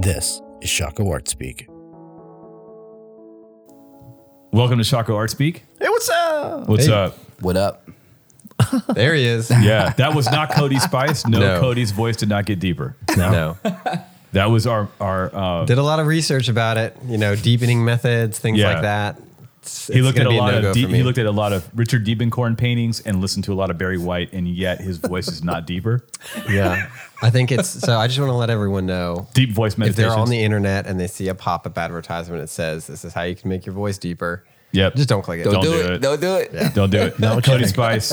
This is Shaka Wart Speak. Welcome to Shaco Art Speak. Hey, what's up? What's up? What up? There he is. Yeah, that was not Cody Spice. No, No. Cody's voice did not get deeper. No. That was our our. Uh, Did a lot of research about it, you know, deepening methods, things Yeah. like that. It's, he looked at a lot no of deep, he looked at a lot of Richard Diebenkorn paintings and listened to a lot of Barry White, and yet his voice is not deeper. yeah. I think it's so I just want to let everyone know Deep voice if they're meditations. on the internet and they see a pop-up advertisement that says this is how you can make your voice deeper. Yep. Just don't click it. Don't, Don't do, do it. it. Don't do it. Don't do it. No, Cody Spice,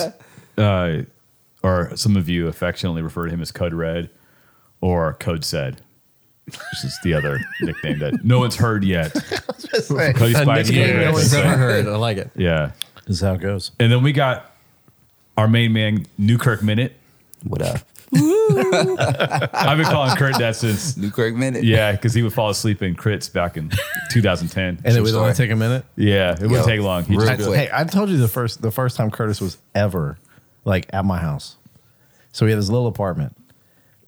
uh, or some of you affectionately refer to him as Code Red or Code Said, which is the other nickname that no one's heard yet. Cody Spice, Code Yeah, Red, no Code one's Said. ever heard. I like it. Yeah. This is how it goes. And then we got our main man, Newkirk Minute. What up? I've been calling Kurt that since, New Kirk minute. yeah, because he would fall asleep in crits back in 2010. and it would sorry. only take a minute. yeah, it wouldn't Yo, take long. He real just- I- quick. hey, I told you the first the first time Curtis was ever like at my house. So we had his little apartment.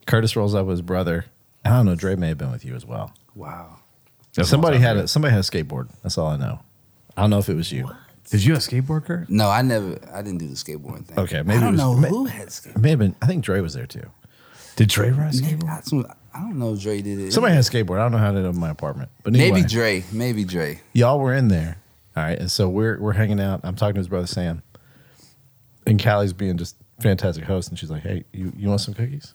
Curtis rolls up with his brother. I don't know. Dre may have been with you as well. Wow. that's somebody all had time. a, somebody had a skateboard. That's all I know. I don't know if it was you. Did you have a skateboard, Kurt? No, I never. I didn't do the skateboarding thing. Okay, maybe I it don't was- know ma- who had skateboard. It may have been. I think Dre was there too. Did Dre ride a Maybe skateboard? I, I don't know. if Dre did it. Somebody had a skateboard. I don't know how they did it in my apartment. But anyway, Maybe Dre. Maybe Dre. y'all were in there. All right. And so we're we're hanging out. I'm talking to his brother Sam. And Callie's being just fantastic host. And she's like, Hey, you, you want some cookies?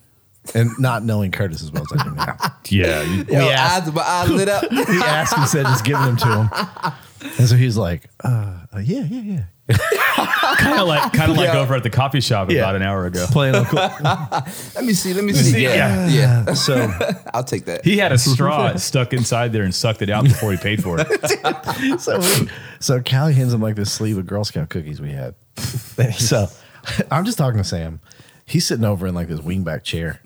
And not knowing Curtis as well as I do now. Yeah. you- Yo, We asked- eyes, my eyes lit up. he asked and said, just giving them to him. And so he's like, uh, uh, yeah, yeah, yeah. kind of like kind of like over at the coffee shop Yeah. about an hour ago. Playing uncle. let me see. Let me see. Yeah. Yeah. so I'll take that. He had a straw stuck inside there and sucked it out before he paid for it. so we, so Callie hands him like this sleeve of Girl Scout cookies we had. so I'm just talking to Sam. He's sitting over in like this wingback chair.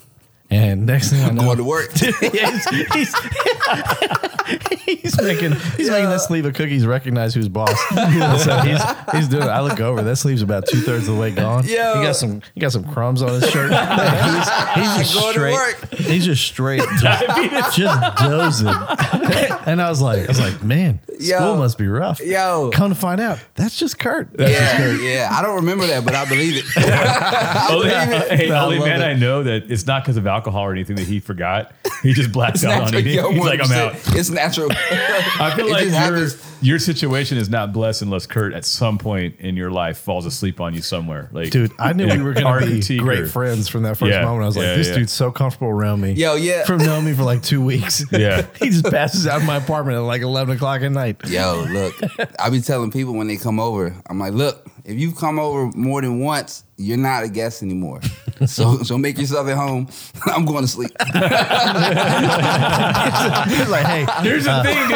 And next thing I know, Going to work. Yeah, he's, he's- he's making he's making that sleeve of cookies recognize who's boss. so he's he's doing. It. I look over. That sleeve's about two thirds of the way gone. Yo. he got some he got some crumbs on his shirt. he's, he's just Going to straight. work. He's just straight. Just, just dozing. and I was like, I was like, man, Yo. school must be rough. Yo. come to find out, that's just Kurt. yeah. Yeah. I don't remember that, but I believe it. only hey, No, I only love man it. I know that it's not because of alcohol or anything that he forgot. He just blacks out on Natural, eating. yo, He's like, I'm 100%. out. It's natural. I feel It like just your, happens. your situation is not blessed unless Kurt at some point in your life falls asleep on you somewhere. Like, Dude, I knew in we were an going to RMT be great group. friends from that first Yeah, moment. I was like, yeah, this yeah. dude's so comfortable around me. Yo, yeah. From knowing me for like two weeks. Yeah. he just passes out in my apartment at like 11 o'clock at night. Yo, look, I be telling people when they come over, I'm like, look, if you've come over more than once, you're not a guest anymore. So, so make yourself at home. I'm going to sleep. He's like, hey, Here's the thing,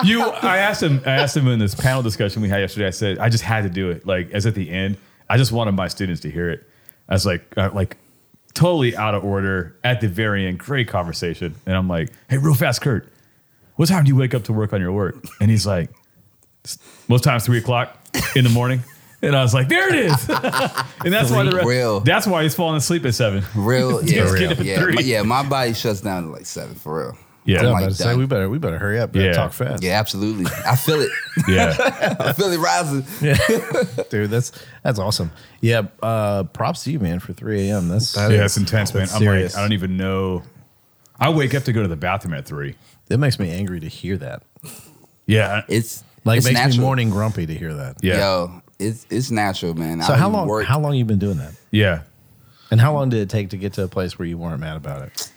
dude. You, I asked him. I asked him in this panel discussion we had yesterday. I said I just had to do it. Like as at the end, I just wanted my students to hear it. I was like, uh, like totally out of order at the very end. Great conversation, and I'm like, hey, real fast, Kurt, what time do you wake up to work on your work? And he's like, most times three o'clock in the morning. And I was like, there it is. and that's why the Real. rest, that's why he's falling asleep at seven. Real, yeah, For real. yeah, Three. my, yeah. My body shuts down at like seven for real. Yeah. I'm I'm about like to say, done. we better, we better hurry up. We Yeah. yeah. talk fast. Yeah, absolutely. I feel it. Yeah. I feel it rising. Dude, that's that's awesome. Yeah. Uh, props to you, man, for 3 a.m. That's, That Yeah, it's is- intense, man. that's I'm serious. like, I don't even know. I wake up to go to the bathroom at three. It makes me angry to hear that. Yeah. It's Like, it's it makes natural. me morning grumpy to hear that. Yeah. Yo, it's it's natural, man. So, I how don't long, Work. how long you been doing that? yeah. And how long did it take to get to a place where you weren't mad about it?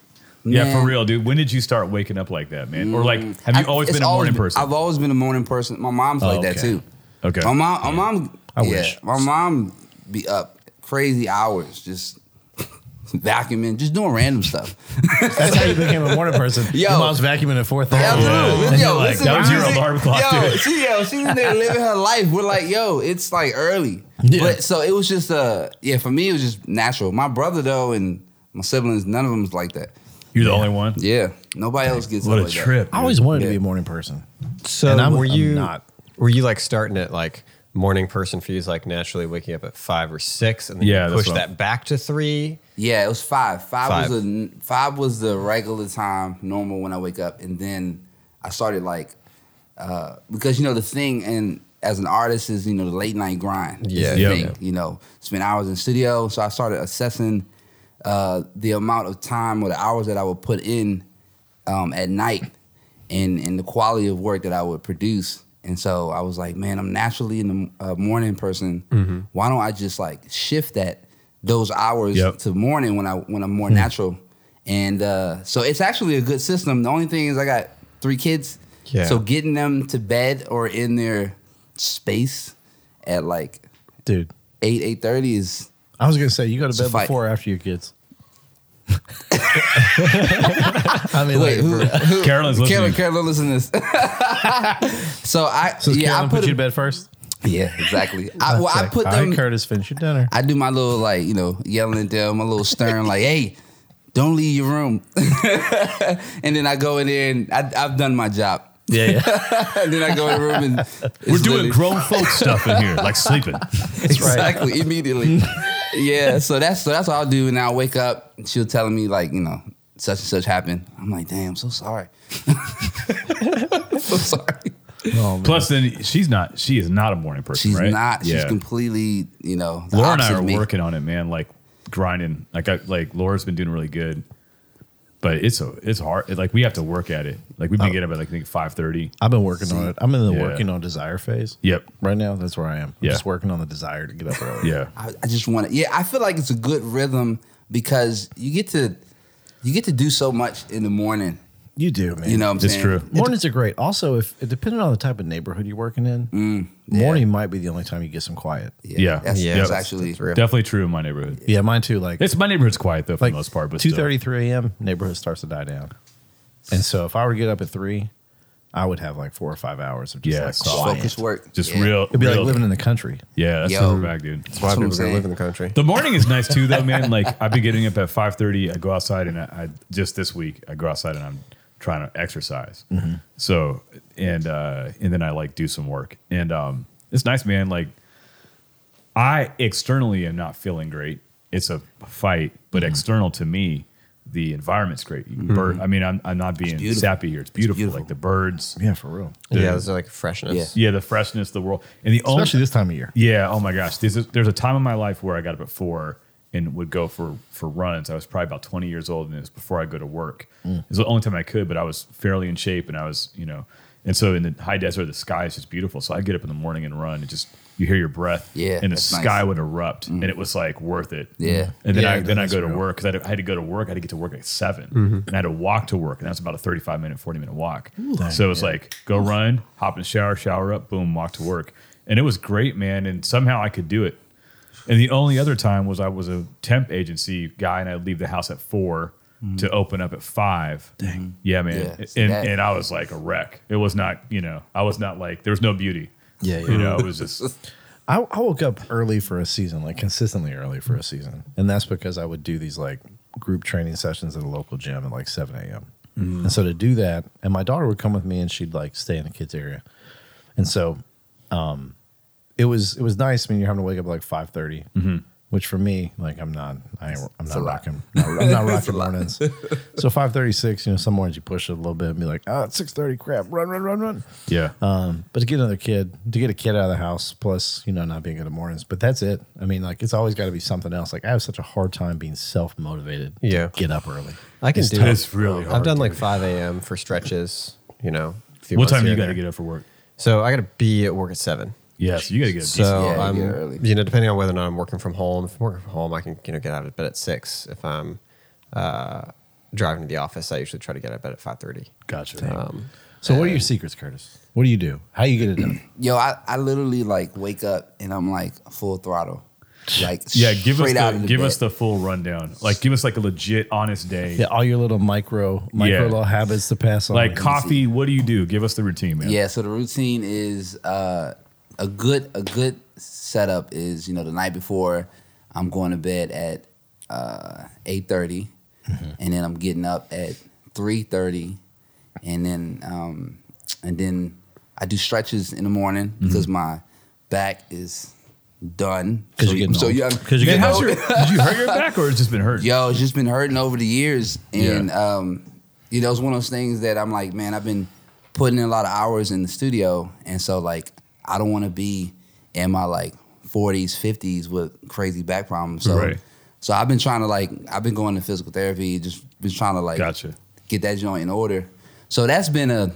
Yeah, Man. for real, dude. When did you start waking up like that, man? Or like, have you Mm. I- always it's been a morning person? Oh, I've always been a morning person. My mom's like that okay. too. okay. My mom, my mom, I yeah, wish. my mom be up crazy hours just vacuuming, just doing random stuff. That's how you became a morning person. Yo. Your mom's vacuuming at 4 Yeah, absolutely. And Yo, you're Oh, like, listen, that was your she- alarm clock, Yo, dude. she, yo, she was there living her life. We're like, yo, it's like early. But so it was just uh yeah, for me it was just natural. My brother though and my siblings, none of them is like that. You're the only one. Yeah. Nobody else gets What up a like that. trip. I always wanted Yeah. to be a morning person. So And I'm- were I'm you not. were you like starting at like morning person for you is like naturally waking up at five or six, and then Yeah, you that's push what I'm- that back to three. Yeah, it was five. Five, Five. was a five was the regular time, normal when I wake up, and then I started like uh, because you know the thing and as an artist is you know the late night grind. It's Yeah, the yeah. thing, you know, spend hours in studio. So I started assessing uh, the amount of time or the hours that I would put in um, at night, and and the quality of work that I would produce. And so I was like, man, I'm naturally in the uh, morning person. Mm-hmm. Why don't I just like shift that those hours Yep. to morning when I when I'm more Hmm. natural. And uh, so it's actually a good system. The only thing is I got three kids. Yeah. So getting them to bed or in their space at like dude. eight, eight thirty is I was gonna say you go to a bed fight. before or after your kids. I mean, wait, like, who, who Carolyn's Carolyn, listening. Carolyn, listen to this. so I so yeah, I Carolyn put, you put, to them, bed first. Yeah, exactly. I, well, I Like, put all right, them Curtis, finish your dinner. I do my little like you know yelling at them, my little stern like, hey, don't leave your room. and then I go in there and I, I've done my job. yeah, yeah, and then I go in the room and it's We're doing literally- grown folk stuff in here, like sleeping. exactly immediately. yeah, so that's so that's what I'll do. And I'll wake up. And she'll tell me like you know such and such happened. I'm like, damn, I'm so sorry. so sorry. Oh, man. Plus, then she's not. She is not a morning person. She's right? not. She's Yeah. completely you know. The Laura and opposite I are of me. working on it, man. Like grinding. Like I like Laura's been doing really good, but it's a it's hard. It- like we have to work at it. Like we've been Oh. getting up at like I think five thirty. I've been working on it. I'm in the Yeah. working on desire phase. Yep. Right now, that's where I am. I'm Yeah. Just working on the desire to get up early. Yeah. I, I just want to. Yeah, I feel like it's a good rhythm because you get to you get to do so much in the morning. you do, man. You know, what I'm It's saying? true. mornings are great. Also, if depending on the type of neighborhood you're working in, Mm. morning might be the only time you get some quiet. Yeah, Yeah. that's, Yeah. that's Yep. actually. real. Definitely true in my neighborhood. mine too. Like It's my neighborhood's quiet though for like the most part, but two still. thirty, three a.m. neighborhood starts to die down, and so if I were to get up at three, I would have like four or five hours of just Yeah, like solid. quiet. Focus work. just Yeah. real. It'd be real- like living in the country. Yeah, that's Yo. super back, dude. That's why That's what I'm people go saying. live in the country. The morning is nice too, though, man. Like I've been getting up at five thirty. I go outside and I, I just this week I go outside and I'm trying to exercise. So and uh, and then I like do some work and um, it's nice, man. Like I externally am not feeling great. It's a fight, but external to me, the environment's great. Bird, I mean, I'm, I'm not being beautiful. sappy here. It's beautiful. beautiful. Like the birds. Yeah, for real. The, yeah, yeah, there's like freshness. yeah, the freshness, the world, and the only Especially this time of year. yeah. Oh my gosh. There's a, there's a time in my life where I got up at four and would go for for runs. I was probably about 20 years old, and it was before I go to work. Mm. It was the only time I could, but I was fairly in shape, and I was you know. And so in the high desert, the sky is just beautiful. So I get up in the morning and run, and just you hear your breath, Yeah, and the that's nice. Mm. sky would erupt, and it was like worth it, Yeah. And then Yeah, I then I that's go to real. Mm-hmm. work because I, had- I had to go to work. I had to get to work at 7 and I had to walk to work, and that's about a 35 minute, 40 minute walk. so it was like go run, hop in the shower, shower up, boom, walk to work, and it was great, man. And somehow I could do it. And the only other time was I was a temp agency guy, and I'd leave the house at 4 Mm. to open up at five. Dang. Yeah, man. Yeah, see and that. and I was like a wreck. It was not, you know, I was not like there was no beauty. Yeah, You know, it was just I, I woke up early for a season, like consistently early for a season, and that's because I would do these like group training sessions at a local gym at like seven a.m. And so to do that, and my daughter would come with me, and she'd like stay in the kids area, and so um, it was it was nice. I mean, you're having to wake up at like five which for me, like I'm not I, ain't- I'm not lot. rocking I'm not rocking mornings. So five thirty six, you know, some mornings you push it a little bit and be like, ah, it's six thirty, crap, run, run, run, run. yeah. Um, but to get another kid, to get a kid out of the house, plus you know not being good at mornings, but that's it. I mean, like it's always got to be something else. Like I have such a hard time being self motivated. Yeah. to get up early. I can It's do tough. It's really hard. I've done like 5 a.m. for stretches, you know. a few what months time here you and got to there. get up for work? So I got to be at work at 7. Yes, you got to get up. So Yeah, you I'm, get early. you know, depending on whether or not I'm working from home. If I'm working from home, I can you know get out of bed at six. If I'm uh, driving to the office, I usually try to get out of bed at five thirty. Gotcha. Um, so uh, what are your secrets, Curtis? What do you do? How you get it done? Yo, I, I literally like wake up and I'm like full throttle. Like yeah, give us straight out the, of the give bed. us the full rundown. Like give us like a legit honest day. yeah, all your little micro micro Yeah. little habits to pass on. Like coffee, what do you do? Give us the routine, man. Yeah, so the routine is uh, a good a good setup is you know the night before I'm going to bed at uh, eight Mm-hmm. and then I'm getting up at three thirty, Mm-hmm. and then um, and then I do stretches in the morning because my back is done. 'Cause you're getting so old. you, 'Cause Man, you're getting how's your, did you hurt your back or it's just been hurt? Yo, it's just been hurting over the years, and Yeah. um, you know, it's one of those things that I'm like, man, I've been putting in a lot of hours in the studio, and so like, I don't want to be in my like 40s, 50s with crazy back problems. So, Right. so I've been trying to like, I've been going to physical therapy, just been trying to like, Gotcha. get that joint in order. So that's been a,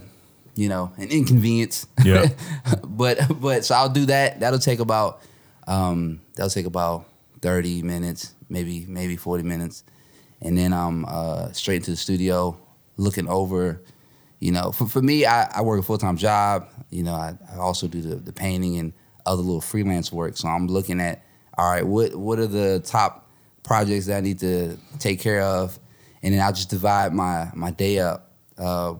you know, an inconvenience. Yeah. but but so I'll do that. That'll take about um that'll take about thirty minutes, maybe maybe forty minutes, and then I'm uh, straight into the studio, looking over. You know, for, for me, I, I work a full time job. You know, I, I also do the, the painting and other little freelance work. So I'm looking at all right, what what are the top projects that I need to take care of, and then I'll just divide my my day up. Uh,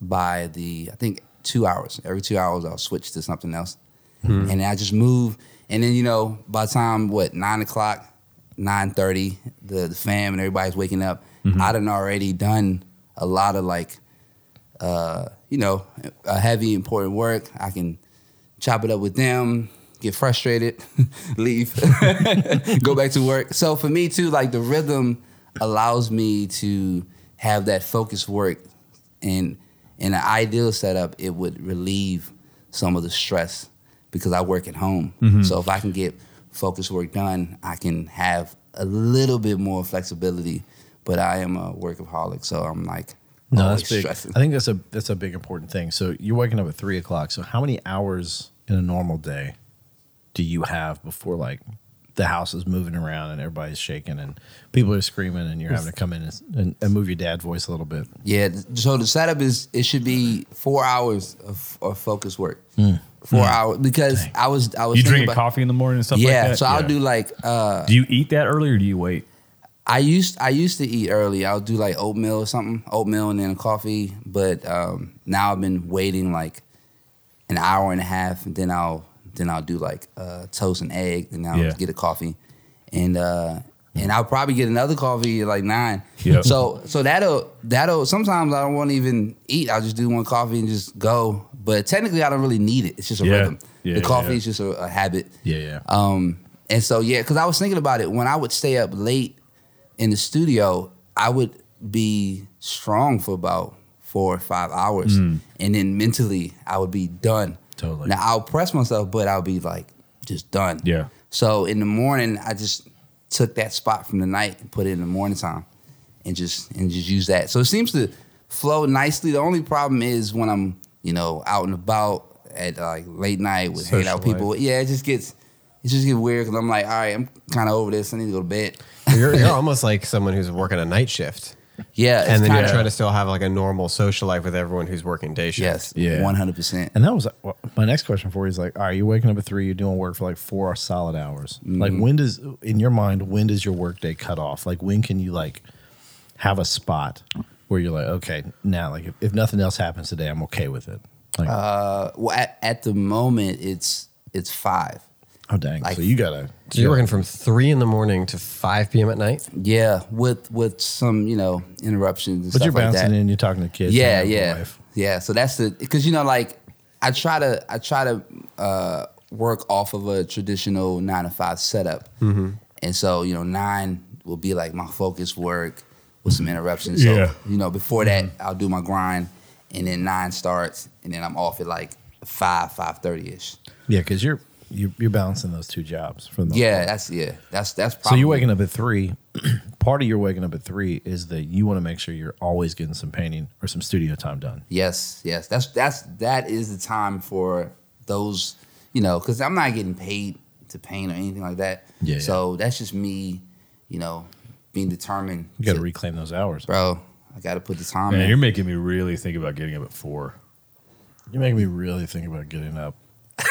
by the I think two hours. Every two hours, I'll switch to something else, and I just move. And then you know, by the time what nine o'clock, nine thirty, the the fam and everybody's waking up. I done already done a lot of like, uh, you know, a heavy important work. I can chop it up with them. Get frustrated, leave, go back to work. So for me too, like the rhythm allows me to have that focused work and in an ideal setup, it would relieve some of the stress because I work at home. Mm-hmm. So if I can get focus work done, I can have a little bit more flexibility. But I am a workaholic, so I'm like No, always that's big. stressing. I think that's a that's a big important thing. So you're waking up at three o'clock. So how many hours in a normal day do you have before like the house is moving around and everybody's shaking and people are screaming and you're having to come in and, and, and move your dad voice a little bit? Yeah. th- So the setup is it should be four hours of, of focus work. Four hours because I was I was You thinking drinking about- coffee in the morning and stuff Yeah, like that? so I'll Yeah. do like uh, Do you eat that early or do you wait? I used I used to eat early. I'll do like oatmeal or something, oatmeal and then a coffee. But um, now I've been waiting like an hour and a half, and then I'll then I'll do like uh, toast and egg, and I'll Yeah. get a coffee, and uh, and I'll probably get another coffee at like nine. Yeah. So so that'll that'll sometimes I don't want to even eat. I'll just do one coffee and just go. But technically, I don't really need it. It's just a Yeah. rhythm. Yeah, the yeah, coffee yeah. is just a, a habit. Yeah, yeah. Um, and so yeah, because I was thinking about it when I would stay up late in the studio, I would be strong for about four or five hours, and then mentally I would be done. Totally. Now I'll press myself, but I'll be like just done. Yeah. So in the morning, I just took that spot from the night and put it in the morning time, and just and just use that. So it seems to flow nicely. The only problem is when I'm you know out and about at like late night with hanging out Social people. Yeah, it just gets it just gets weird because I'm like, all right, I'm kind of over this. I need to go to bed. You're, you're almost like someone who's working a night shift, Yeah, it's and then kinda- you're trying to still have like a normal social life with everyone who's working day shift. yes, Yeah. one hundred percent. And that was well, my next question for you is like, all right, you're waking up at three, you're doing work for like four solid hours. Mm-hmm. Like, when does, in your mind, when does your work day cut off? Like, when can you like have a spot where you're like, okay, now, like, if, if nothing else happens today, I'm okay with it. Like, Well, at, at the moment, it's it's five. oh, dang. like- so you gotta, So you're working from three in the morning to five p.m. at night. Yeah, with with some you know interruptions. And but stuff you're bouncing like that. in, you're talking to kids. yeah hanging out with yeah your wife. yeah so that's the because you know like i try to i try to uh work off of a traditional nine to five setup Mm-hmm. and so you know nine will be like my focus work with some interruptions so Yeah. you know before that Mm-hmm. i'll do my grind and then nine starts and then i'm off at like five five thirty ish Yeah. Cause you're, you're, you're balancing those two jobs for the most yeah part. that's yeah that's that's So probably you're waking up at three. Part of your waking up at three is that you want to make sure you're always getting some painting or some studio time done. Yes, yes. That's that's that is the time for those, you know, because I'm not getting paid to paint or anything like that. Yeah, yeah. So that's just me, you know, being determined. You got to to- reclaim those hours. bro. I got to put the time Man, in. you're making me really think about getting up at four. You're making me really think about getting up.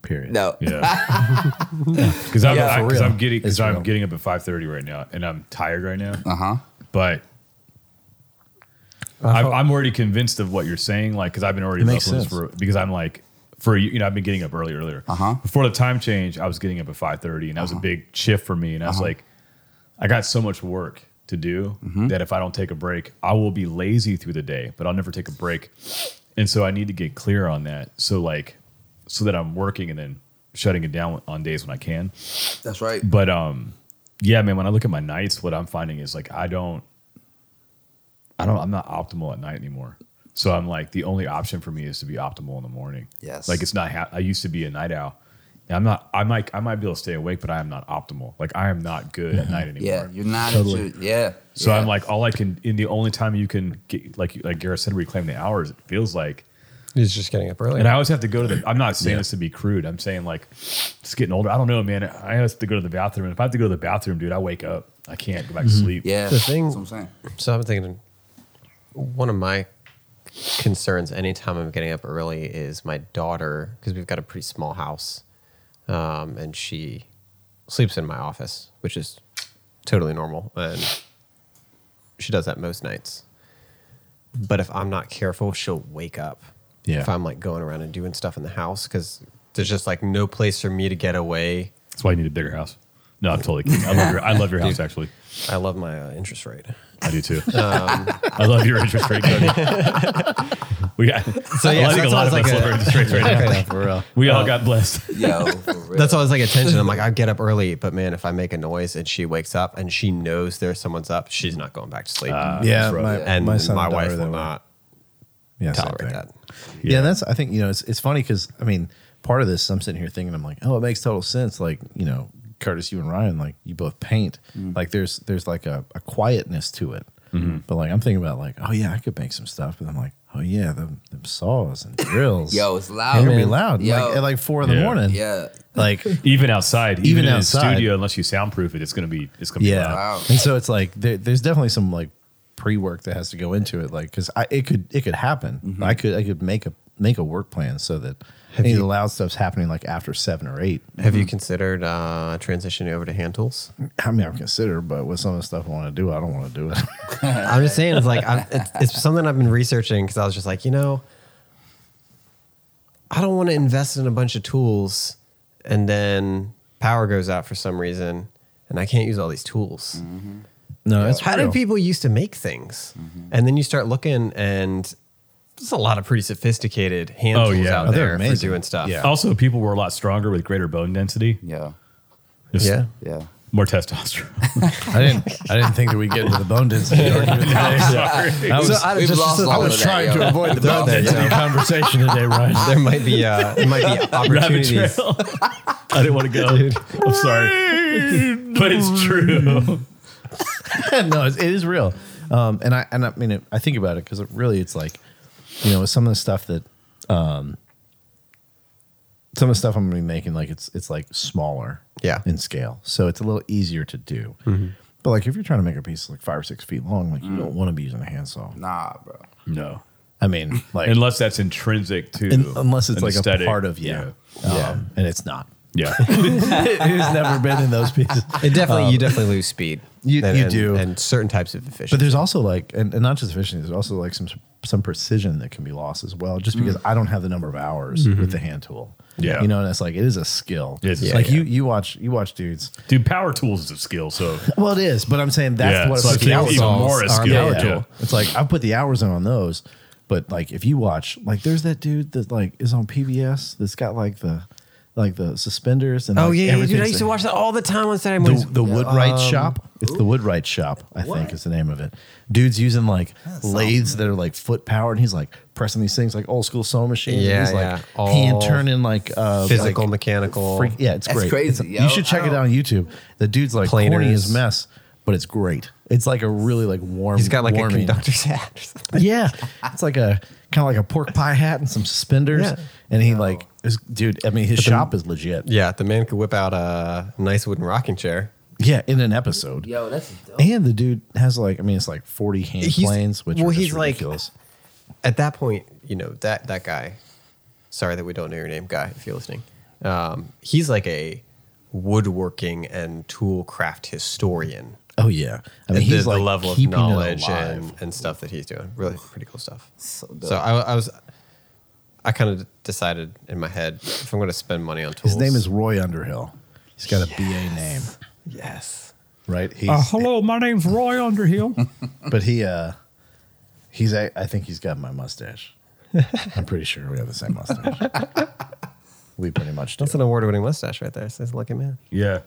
Period. no, Yeah, because I'm, Yeah, I- for 'cause real. I'm getting because It's I'm real. getting up at five thirty right now, and I'm tired right now. uh huh. But I'm, I'm already convinced of what you're saying, like because I've been already It makes wrestling this for sense. because I'm like for you know I've been getting up early earlier. Uh-huh. Before the time change, I was getting up at five thirty, and that Uh-huh. was a big shift for me. And I was like, I got so much work to do Mm-hmm. that if I don't take a break, I will be lazy through the day, but I'll never take a break. And so I need to get clear on that. So like, so that I'm working and then shutting it down on days when I can. That's right. But um, yeah, man. When I look at my nights, what I'm finding is like I don't, I don't, I'm not optimal at night anymore. So I'm like the only option for me is to be optimal in the morning. Yes. Like it's not. Ha- I used to be a night owl. And I'm not. I might. I might be able to stay awake, but I am not optimal. Like I am not good at night anymore. Yeah, you're not. Totally. At your, yeah. So yeah. I'm like, all I can, in the only time you can get, like, like Garrett said, reclaim the hours. It feels like, He's just getting up early. and I always have to go to the. I'm not saying this to be crude. I'm saying like, just getting older. I don't know, man. I always have to go to the bathroom, and if I have to go to the bathroom, dude, I wake up. I can't go back to sleep. yeah. the thing- That's what I'm saying. So I'm thinking one of my concerns anytime I'm getting up early is my daughter, because we've got a pretty small house, um, and she sleeps in my office, which is totally normal. And she does that most nights. But if I'm not careful, she'll wake up. Yeah. If I'm like going around and doing stuff in the house, because there's just like no place for me to get away. That's why you need a bigger house. No, I'm totally kidding. I love your. I love your house actually. I love my uh, interest rate. I do too. I love your interest rate. Cody. we got. So yeah, I so think a that's lot of why us it's like love a- our interest rates right now. for real. We all got blessed. Yo, for real. That's always like attention. I'm like, I get up early, but man, if I make a noise and she wakes up and she knows there's someone's up, she's not going back to sleep. Yeah, rough. my, and my my, son and daughter, wife they will were- not yeah, same tolerate thing. that. Yeah. that's I think you know it's it's funny because I mean part of this I'm sitting here thinking I'm like oh it makes total sense like you know Curtis you and Ryan like you both paint Mm-hmm. like there's there's like a, a quietness to it but like I'm thinking about like oh yeah I could make some stuff but I'm like oh yeah them, them saws and drills Yo, it's loud, it be man. loud Yo. like at like four in the Yeah. morning yeah. like even outside, even, in outside. the studio, unless you soundproof it, it's gonna be it's gonna yeah be loud. Wow. and so it's like there, there's definitely some like pre-work that has to go into it like because i it could it could happen Mm-hmm. i could i could make a make a work plan so that any of the loud stuff's happening like after seven or eight Have you considered uh, transitioning over to hand tools? i mean i've considered but with some of the stuff i want to do i don't want to do it I'm just saying, it's like I'm, it's, it's something I've been researching because I was just like, you know, I don't want to invest in a bunch of tools and then power goes out for some reason and I can't use all these tools. no that's How real. did people used to make things? Mm-hmm. And then you start looking, and there's a lot of pretty sophisticated hand Oh, tools yeah. out Oh, they're there for amazing. doing stuff. Yeah. Also, people were a lot stronger with greater bone density. Yeah. Just Yeah. Yeah. More testosterone. i didn't i didn't think that we'd get into the bone density argument Sorry. I was, I We've just- lost just- a lot of that, yo. avoid the bone density conversation today ryan There might be uh, there might be Rabbit opportunities. trail. I didn't want to go. I'm sorry. but it's true. no, it's, it is real. Um, and I and I mean, it, I think about it because it really, it's like, you know, with some of the stuff that, um, some of the stuff I'm gonna be making, like it's it's like smaller, Yeah. in scale, so it's a little easier to do. Mm-hmm. But like, if you're trying to make a piece like five or six feet long, like Mm. you don't want to be using a handsaw. Nah, bro. No. I mean, like Unless that's intrinsic to un- unless it's an like aesthetic. a part of yeah, Um, Yeah. and it's not. Yeah. it has never been in those pieces. It definitely you definitely lose speed. Um, You- and, you and- do. and certain types of efficiency. But there's also like, and, and not just efficiency, there's also like some some precision that can be lost as well, just because I don't have the number of hours with the hand tool. Mm. Mm-hmm. Yeah. you know, and it's like it is a skill. It is a like skill. you you watch you watch dudes. Dude, power tools is a skill. So Well, it is, but I'm saying that's Yeah, what so I'm I saying. think even more a are skill, power yeah. tool. It's like I put the hours in on those, but like if you watch, like there's that dude that like is on PBS that's got like the like the suspenders and oh like, yeah, yeah, dude, I everything's- used to watch that all the time on Saturday the, mornings. the Woodwright Um, shop. It's the Woodwright shop, I think is the name of it. Dude's using like lathes that are like foot powered, and he's like pressing these things like old school sewing machines. Yeah, and he's yeah. like All hand turning like uh, physical, like, mechanical. freak- yeah, it's That's great. It's- crazy, yo. you should check it out on YouTube. The dude's like corny Planers. as mess, but it's great. It's like a really like warm. He's got like warming. a conductor's hat. Or something. Yeah, it's like a kind of like a pork pie hat and some suspenders, Yeah. and he like is, dude. I mean, his shop is legit. Yeah, the man could whip out a nice wooden rocking chair. Yeah, in an episode. Yo, that's dope. And the dude has like, I mean, it's like 40 hand He's- planes, which well, are he's just like- ridiculous. at that point, you know that that guy. Sorry that we don't know your name, guy. If you're listening, um, he's like a woodworking and tool craft historian. oh, yeah. I the, mean, he's the like level of keeping it knowledge alive. and, and stuff that he's doing. Really pretty cool stuff. So, dope. I, I was, I kind of decided in my head if I'm going to spend money on tools. His name is Roy Underhill. He's got a BA name, yes. right? He's, hello, my name's Roy Underhill. But he, uh, he's, I, I think he's got my mustache. I'm pretty sure we have the same mustache. we pretty much do. That's an award winning mustache right there. Says lucky man. Yeah.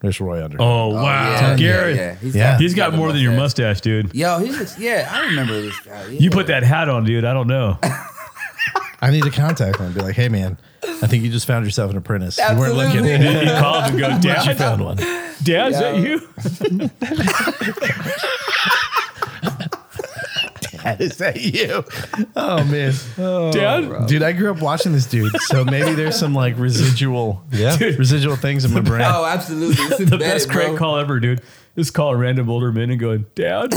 There's Roy under. Oh Oh, wow, yeah, Garrett. Yeah, yeah. He's Yeah. got, He's got the more than your mustache, dude. Yo, he's just, yeah, I remember this guy. Yeah. You put that hat on, dude. I don't know. Oh. I need to contact him and be like, hey man, I think you just found yourself an apprentice. You weren't Absolutely. looking. you call him and go, But you Dad, found one. Dad, is that Yeah. you? Is that you? Oh man. Dad, Dude, I grew up watching this dude, so maybe there's some like residual, yeah, residual things in my brain. Oh, absolutely. It's the embedded, best bro. crank call ever, dude. Just calling random older men and going, Dad.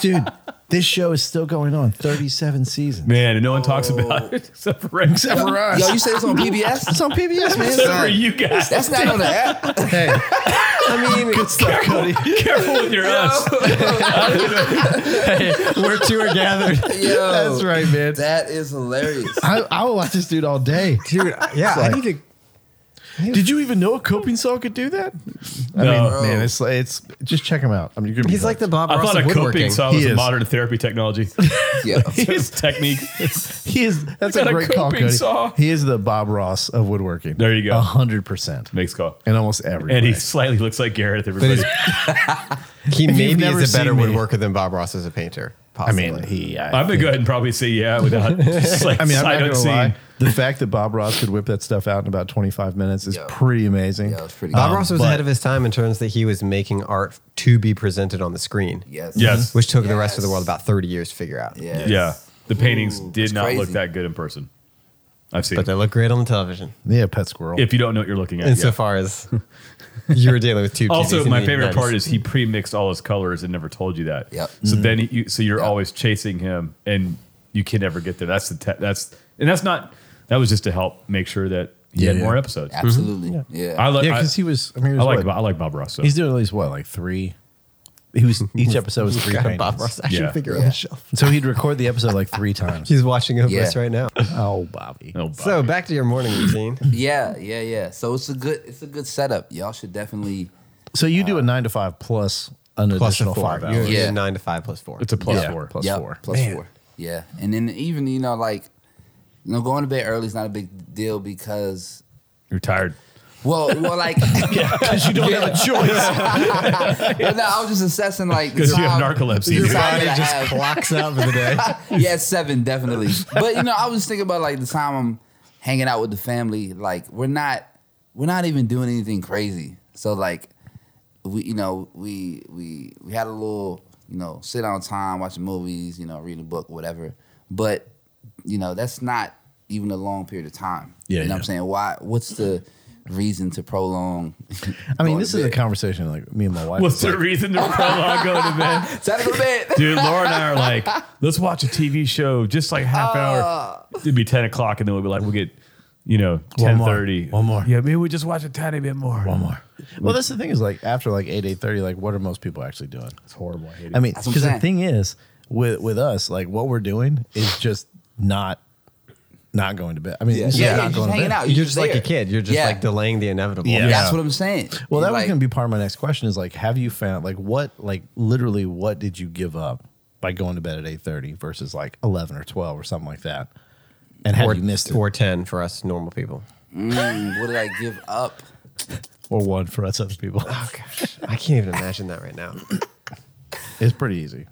Dude, this show is still going on, 37 seasons. Man, and no one talks about it except for except for us. Yo, you said it's on PBS? It's on PBS, man. Except for you guys. That's not on the app. Hey, I mean, Cody, Careful with your us. where two are gathered. Yo. That's right, man. That is hilarious. I, I will watch this dude all day. dude, yeah, I like- need to. Did you even know a coping saw could do that? I No. mean, man, it's it's just check him out. I mean, you're gonna be He's like the hooked. Bob I Ross thought of a woodworking. coping saw was He a is. modern therapy technology. Yeah. It's technique. he is. That's got a a great call, coping Cody. saw. He is the Bob Ross of woodworking. There you go. a hundred percent Makes call. in almost every. And he way. slightly looks like Garrett. Everybody. He maybe never is a better seen me- woodworker than Bob Ross as a painter. I Possibly. mean, he. I, I'm gonna go ahead and probably say yeah without. Just like I mean, I'm not sight gonna unseen. lie. The fact that Bob Ross could whip that stuff out in about 25 minutes is Yeah. pretty amazing. Yeah, it's pretty Bob good. Ross was but- ahead of his time in terms that he was making art to be presented on the screen, Yes. Mm-hmm. Yes. which took the rest of the Yes. world about 30 years to figure out. Yes. Yeah, the paintings Ooh, did that's not look crazy. that good in person. I've seen. But they look great on the television. Yeah, pet squirrel. if you don't know what you're looking at. yeah. Insofar as you were dealing with two Also, TVs in my the favorite 90s. part is he pre-mixed all his colors and never told you that. Yep. So then, he, you, so you're always chasing him, and you can never get there. That's the te- that's and that's not that was just to help make sure that he had Yeah. more episodes. Mm-hmm. Absolutely. Yeah. I like yeah, I, because he was. I mean, I he was like what, Bob- I like Bob Ross. So. He's doing at least what, like three. He was each episode was three Got a paintings. Bob Ross action Yeah. figure on Yeah. the shelf. So he'd record the episode like three times. He's watching over Yeah. us right now. oh, Bobby. oh, Bob. So back to your morning routine. Yeah, yeah, yeah. So it's a good it's a good setup. Y'all should definitely So you do a nine to five plus an additional five hours. You're Yeah. you're nine to five plus four. it's a plus Yeah, four. plus Yep, four. plus four. Yeah. And then even, you know, like you know, going to bed early is not a big deal because You're tired. well, well, like, Because you don't have a choice. well, no, I was just assessing, like, the 'Cause you have time- narcolepsy. the Your time body that I just have. clocks out for the day. yeah, seven definitely. But you know, I was thinking about like the time I'm hanging out with the family. Like we're not, we're not even doing anything crazy. So like, we, you know, we we we had a little, you know, sit down time, watching movies, you know, reading a book, whatever. But you know, that's not even a long period of time. Yeah, you know what I'm yeah. saying. Why? What's the reason to prolong? I mean, going this to is a bed? conversation like me and my wife. What's It's the like, reason to prolong going to bed? Time to go to bed. Dude, Laura and I are like, let's watch a TV show just like half hour. It'd be ten o'clock, and then we'll be like, we'll get, you know, One ten more. thirty. One more. Yeah, maybe we just watch a tiny bit more. one more. Well, that's the thing is like after like eight eight thirty, like what are most people actually doing? It's horrible. I hate it. I mean, That's what I'm because the saying. thing is with with us, like what we're doing is just not not going to bed. I mean, Yeah, it's just yeah, not you're just going to hanging bed. out. You're just like a there. kid. You're just Yeah. like delaying the inevitable. Yeah. That's what I'm saying. Well, that was Like, going to be part of my next question. Is like, have you found like what like literally what did you give up by going to bed at eight thirty versus like eleven or twelve or something like that? And have Or, you missed it? Or, or 10 for us normal people. mm, what did I give up? one for us other people? Oh, I can't even imagine that right now. it's pretty easy.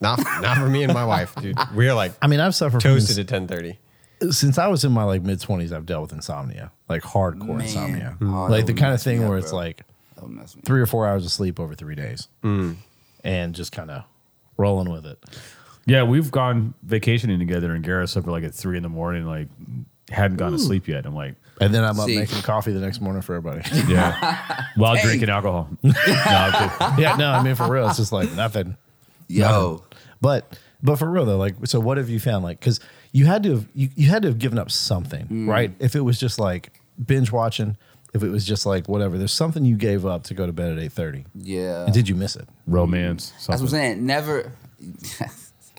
Not, not for me and my wife, dude. We're like I mean, I've suffered from toasted this, at 10.30. since I was in my like mid twenties. I've dealt with insomnia, like hardcore Man. insomnia, Oh, that like the would kind of mess me thing up, where it's bro. like That would mess me. three or four hours of sleep over three days, and just kind of rolling with it. Yeah, we've gone vacationing together, and Garrett's up at like at three in the morning, like hadn't gone to sleep yet. I'm like, And then I'm up See. making coffee the next morning for everybody. yeah, while drinking alcohol. No, I'm kidding. yeah, no, I mean for real, it's just like nothing. Yo, But but for real though, like so, what have you found? Like, because you had to have you, you had to have given up something, Mm. right? If it was just like binge watching, if it was just like whatever, there's something you gave up to go to bed at eight thirty. yeah. And did you miss it? romance. That's what I'm something. saying. Never.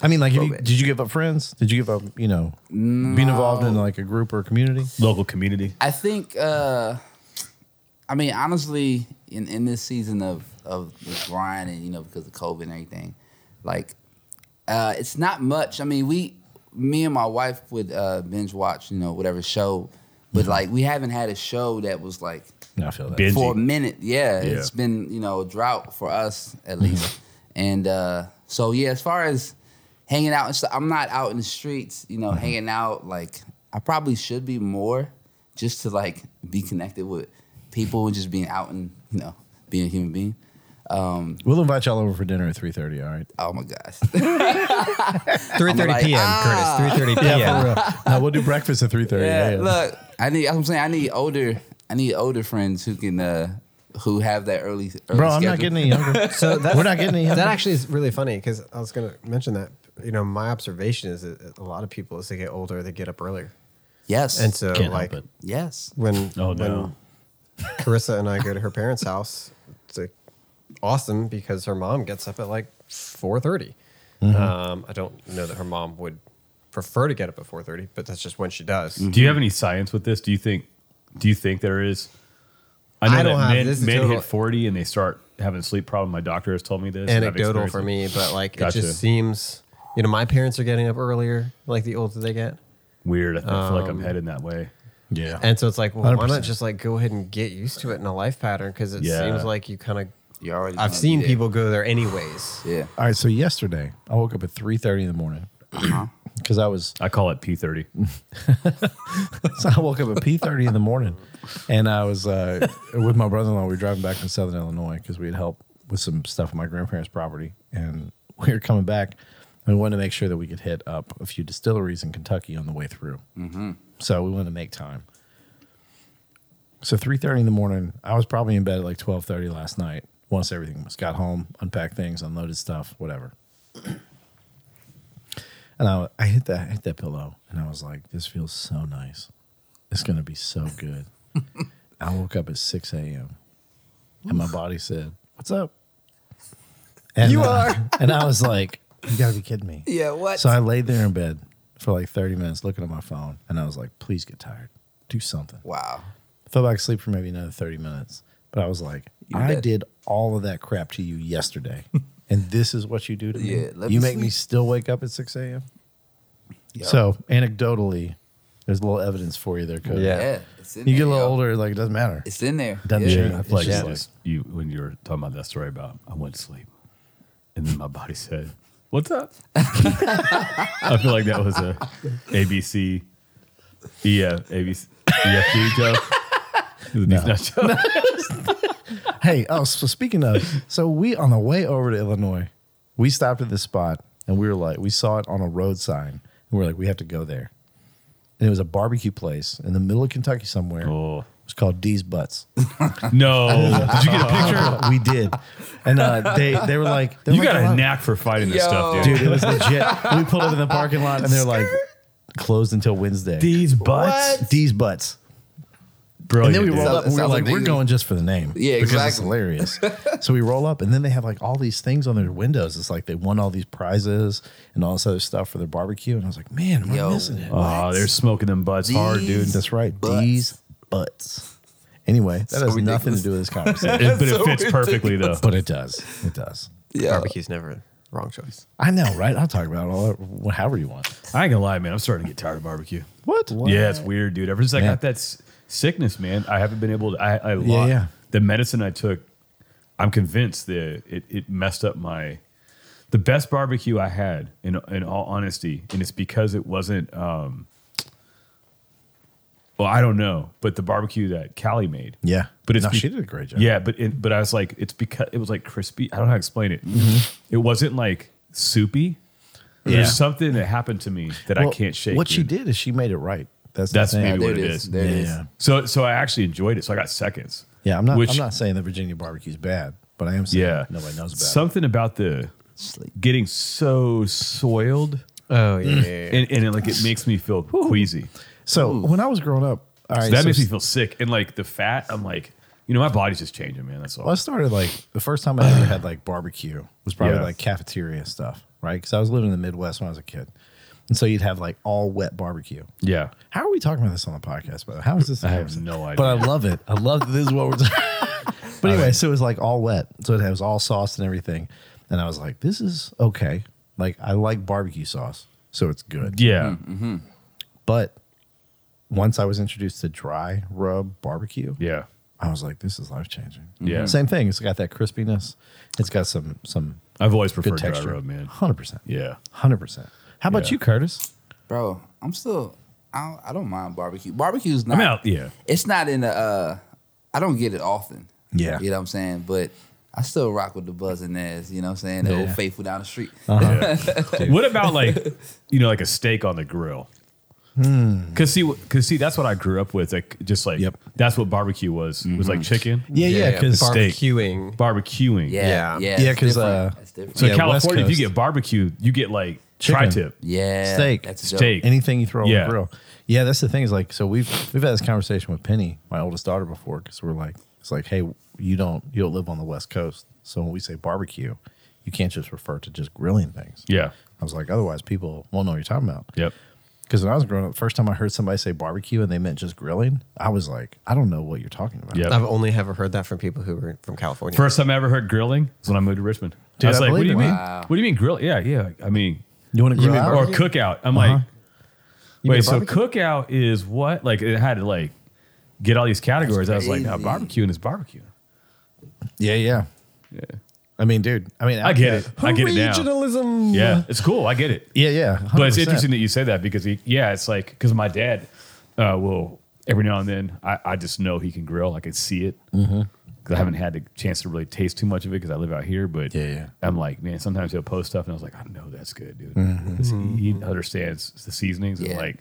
I mean, like, if you, Little bit. did you give up friends? Did you give up, you know, being involved in like a group or a community? Local community. I think. uh I mean, honestly, in in this season of of the grind and you know because of COVID and everything, like uh it's not much. I mean, we me and my wife would uh, binge watch, you know, whatever show, Mm-hmm. but like we haven't had a show that was like No, I feel that. Binge. for a minute. Yeah, Yeah. it's been you know a drought for us at least, and uh, so yeah, as far as hanging out and stuff, I'm not out in the streets, you know, hanging out. Like I probably should be more, just to like be connected with people and just being out and you know being a human being. We'll invite y'all over for dinner at three thirty. All right. Oh my gosh, 3:30 like, p.m. ah. Curtis. 3:30 p.m. For real. No, we'll do breakfast at three thirty. yeah, look, I need. I'm saying I need older. I need older friends who can. Uh, who have that early, early Bro, I'm schedule. not getting any younger. So that's, We're not getting any younger. That actually is really funny because I was going to mention that. You know, my observation is that a lot of people, as they get older, they get up earlier, yes and so Can't like help it. yes when Oh, when no. Carissa and I go to her parents' house, it's like awesome because her mom gets up at like four Um, I don't know that her mom would prefer to get up at four thirty, but that's just when she does. Do you have any science with this? Do you think? Do you think there is? I know I that don't have- men, this is men total- hit forty and they start having a sleep problem. My doctor has told me this. and I've Anecdotal experienced for it. me, but like it Gotcha. just seems. You know, my parents are getting up earlier, like the older they get. Weird. I feel like I'm Um, heading that way. Yeah. And so it's like, well, why not 100%. just like go ahead and get used to it in a life pattern? Because it Yeah. seems like you kind of. you already I've know, seen yeah. people go there anyways. yeah All right. So yesterday, I woke up at three thirty in the morning Uh-huh. because I was I call it P thirty. so I woke up at P thirty in the morning, and I was uh, with my brother in law. We were driving back from Southern Illinois because we had help with some stuff on my grandparents' property, and we were coming back. and We wanted to make sure that we could hit up a few distilleries in Kentucky on the way through. So we wanted to make time. So three thirty in the morning, I was probably in bed at like twelve thirty last night. Once everything was got home, unpacked things, unloaded stuff, whatever. And I, I hit that I hit that pillow, and I was like, "This feels so nice. It's gonna be so good." I woke up at six a.m. and my body said, "What's up?" And You uh, are. and I was like, "You gotta be kidding me." yeah what So I laid there in bed for like thirty minutes, looking at my phone, and I was like, "Please get tired. Do something." wow fell back asleep for maybe another 30 minutes. But I was like, You're I dead. did all of that crap to you yesterday. and this is what you do to me. Yeah, let you me make me sleep. still wake up at 6 a.m. Yeah. So anecdotally, there's a little evidence for you there, Cody. Yeah. Yeah, it's in You there, get a yo. little older, like it doesn't matter. It's in there. Doesn't yeah. change. Like, Yeah. just- you when you were talking about that story about I went to sleep, and then my body said, "What's up?" I feel like that was a E ABC, yeah, ABC, EFG E joke. It was a deep nut joke. Hey, oh, so speaking of, so we on the way over to Illinois, we stopped at this spot and we were like, we saw it on a road sign and we were like, we have to go there. And it was a barbecue place in the middle of Kentucky somewhere. Oh. It was called D's Butts. No, did you get a picture? we did. And uh, they they were like, they were You like, got "Oh, a knack for fighting this Yo. stuff, dude. dude. It was legit. We pulled up in the parking lot, and they're like, closed until Wednesday. These butts, D's butts. bro. And then we roll Sounds- up, and we were sounds like, we're amazing. going just for the name. Yeah, because It's exactly. hilarious. so we roll up, and then they have like all these things on their windows. It's like they won all these prizes and all this other stuff for their barbecue. And I was like, man, am I Yo. missing it? Oh, they're smoking them butts hard, dude. These- That's right. Butts. D's butts. Anyway, that has nothing to ridiculous. do with this conversation. It- but it fits perfectly though. but it does. It does. Yeah. Barbecue's never wrong choice. I know, right? I'll talk about it all wh- however you want. I ain't gonna lie, man. I'm starting to get tired of barbecue. What? Yeah, it's weird, dude. Ever since I Man. got that s- sickness, man, I haven't been able to. I, I Yeah, yeah, yeah. The medicine I took, I'm convinced that it, it messed up my. The best barbecue I had, in in all honesty, and it's because it wasn't. Um, well, I don't know, but the barbecue that Callie made. Yeah. but it's No, be- she did a great job. Yeah, but it, but I was like, it's because it was like crispy. I don't know how to explain it. It wasn't like soupy. Mm-hmm. Yeah. There's something that happened to me that I Well, can't shake. What she dude. did is she made it right. That's That's the thing. maybe There what it it is. is. There it is. Yeah. So so I actually enjoyed it. So I got seconds. Yeah, I'm not. Which- I'm not saying that Virginia barbecue's bad, but I am saying Yeah. nobody knows about Something about the Sleep. getting so soiled Oh yeah, yeah, yeah. and, and it, like it makes me feel queasy. it. So when I was growing up, all right, So that so makes me feel sick. And like the fat, I'm like, you know, my body's just changing, man. That's all. Well, I started like the first time I ever had like barbecue was probably Yeah. like cafeteria stuff, right? Because I was living in the Midwest when I was a kid, and so you'd have like all wet barbecue. yeah. How are we talking about this on the podcast? But how is this? I have no idea. But I love it. I love that this is what we're talking. but anyway, so it was like all wet, so it was all sauce and everything, and I was like, this is okay. Like I like barbecue sauce. so it's good. Yeah. Mm-hmm. But once I was introduced to dry rub barbecue, Yeah. I was like, this is life changing. Yeah. Same thing. It's got that crispiness. It's got some some I've always good preferred dry texture. rub, man. Hundred percent. Yeah. Hundred percent. How about Yeah. you, Curtis? bro. I'm still. I don't, I don't mind barbecue. Barbecue's not. I'm out. Yeah. It's not in the. Uh, I don't get it often. Yeah. you know what I'm saying. But I still rock with the buzzing ass. You know what I'm saying. The old faithful down the street. Uh-huh. What about like, you know, like a steak on the grill? Cause see, cause see, that's what I grew up with. Like, just like Hmm. Yep. Mm-hmm. that's what barbecue was. Was like chicken, yeah. Because Bar- steak. barbecuing. barbecuing. Yeah, Yeah. yeah, Yeah, it's 'cause, different. uh, that's different. So Yeah, West California, if you get Coast. barbecue, you get like Chicken. tri-tip. yeah, steak, that's a joke. steak. anything you throw on Yeah. the grill. Yeah, that's the thing. Is like, so we've we've had this conversation with Penny, my oldest daughter, before because we're like, it's like, hey, you don't you don't live on the West Coast, so when we say barbecue, you can't just refer to just grilling things. Yeah. I was like, otherwise people won't know what you're talking about. Yep. Because when I was growing up, the first time I heard somebody say barbecue and they meant just grilling, I was like, I don't know what you're talking about. Yep. I've only ever heard that from people who were from California. First time I ever heard grilling was when I moved to Richmond. Dude, I was I like, what do believe you it. mean? Wow. What do you mean grill? Yeah, yeah. I mean, You want to grill out? or cookout. I'm like, mean wait, so barbecue? cookout is what? Like, it had to like get all these categories. I was like, no, crazy. barbecuing is barbecue. yeah, yeah. Yeah. I mean, dude. I mean, I get it. I get it now. Regionalism. Yeah, it's cool. I get it. Yeah, yeah. But it's 100%. interesting that you say that because, he, yeah, it's like, because my dad uh, will every now and then, I, I just know he can grill. I can see it. Because I haven't had the chance to really taste too much of it because I live out here. But Yeah, yeah. I'm like, man, sometimes he'll post stuff and I was like, I know that's good, dude. 'Cause He, he understands the seasonings and Yeah. like,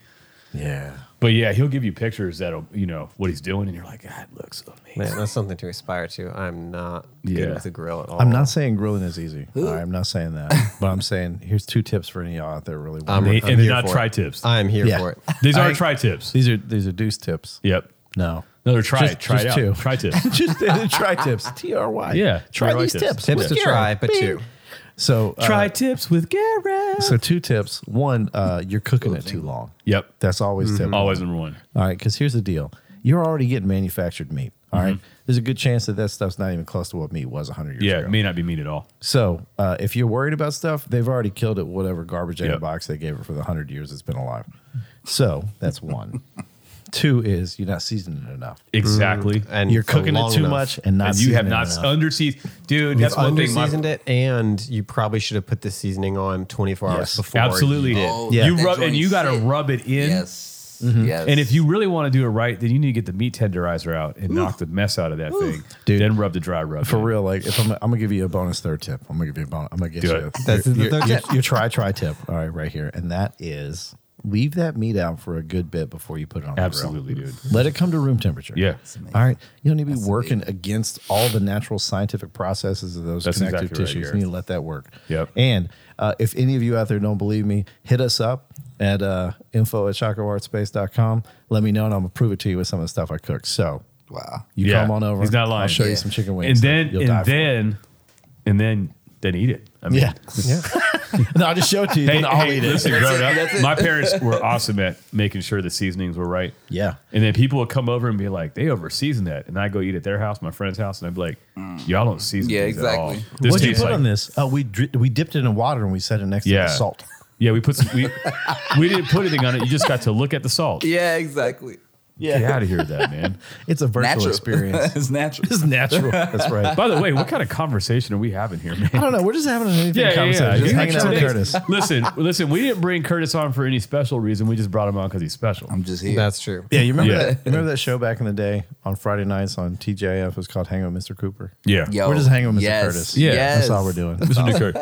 Yeah. but yeah, he'll give you pictures that'll, you know, what he's doing. And you're like, that looks amazing. Man, that's something to aspire to. I'm not Yeah. good with a grill at all. I'm not saying grilling is easy. I'm not saying that. but I'm saying here's two tips for any of y'all out there really want. They- I'm and they're here not for tri it. tips. I'm here Yeah. for it. These are I- tri tips. these are these are deuce tips. Yep. No. No, they're try. Just- try just it two. out. Try tips. just try tips. T R Y. Yeah, Try TRY these tips. tips. Tips with to Garrett. try, but Bing. two. So uh, try tips with Garrett. So two tips. One, uh, you're cooking it too long. Yep. Mm-hmm. That's always tip. Always one. number one. All right, because here's the deal: you're already getting manufactured meat. All right, there's a good chance that that stuff's not even close to what meat was 100 years Mm-hmm. Yeah, ago. it may not be meat at all. So uh, if you're worried about stuff, they've already killed it. Whatever garbage in Yep. the box they gave it for the 100 years it's been alive. So that's one. two is you're not seasoning it enough. Exactly. And You're for cooking it long too enough. much and not. and you have seasoning it not enough. underseasoned. Dude, that's That's one under thing. My, seasoned it, and you probably should have put the seasoning on 24 hours Yes. before. absolutely. you did. did. Oh, Yeah. You that rub joint and you got to shit. rub it in. Yes, Mm-hmm. yes. And if you really want to do it right, then you need to get the meat tenderizer out and knock the mess out of that thing. Dude. Then rub the dry rub. For in. real, like if I'm, I'm gonna give you a bonus third tip. I'm gonna give you a bonus. I'm gonna get Do you. it. a- That's the your, third your- tip. your try try tip. All right, right here, and that is leave that meat out for a good bit before you put it on. Absolutely, the grill. dude. Let it come to room temperature. Yeah. All right. You don't need to be working against all the natural scientific processes of those That's connective exactly right, tissues. Garrett. you need to let that work. Yep. And uh, if any of you out there don't believe me, hit us up at uh, info at chacoartspace.com. Let me know, and I'm gonna prove it to you with some of the stuff I cook. So wow, you Yeah. come on over. He's not lying. I'll show Yeah. you some chicken And wings. then, You'll die and for it. then, and then, then eat it. I mean, Yeah. Yeah. no, I'll just show it to you. Hey, then I'll hey, eat it. listen, growing up, my parents were awesome at making sure the seasonings were right. Yeah. And then people would come over and be like, they over season that. And I go eat at their house, my friend's house, and I'd be like, y'all don't season Yeah, things at all. exactly. This What'd you tastes put like- on this? Oh, we dri- we dipped it in water and we set it next Yeah. to the salt. Yeah, we put some, we, we didn't put anything on it. You just got to look at the salt. yeah, exactly. Get out of here with that, man. It's a virtual Natural experience. it's natural. it's natural. That's right. By the way, what kind of conversation are we having here, man? I don't know. We're just having an anything conversation. Just You- hanging out with today's- Curtis. Listen, listen. We didn't bring Curtis on for any special reason. We just brought him on because he's special. I'm just here. That's true. Yeah, you remember Yeah. that? You remember that show back in the day on Friday nights on TJF? It was called Hang with Mr. Cooper. yeah, Yo, We're just hanging with Mr. yes, Curtis. Yeah. yes. That's all we're doing. Listen to Kurt.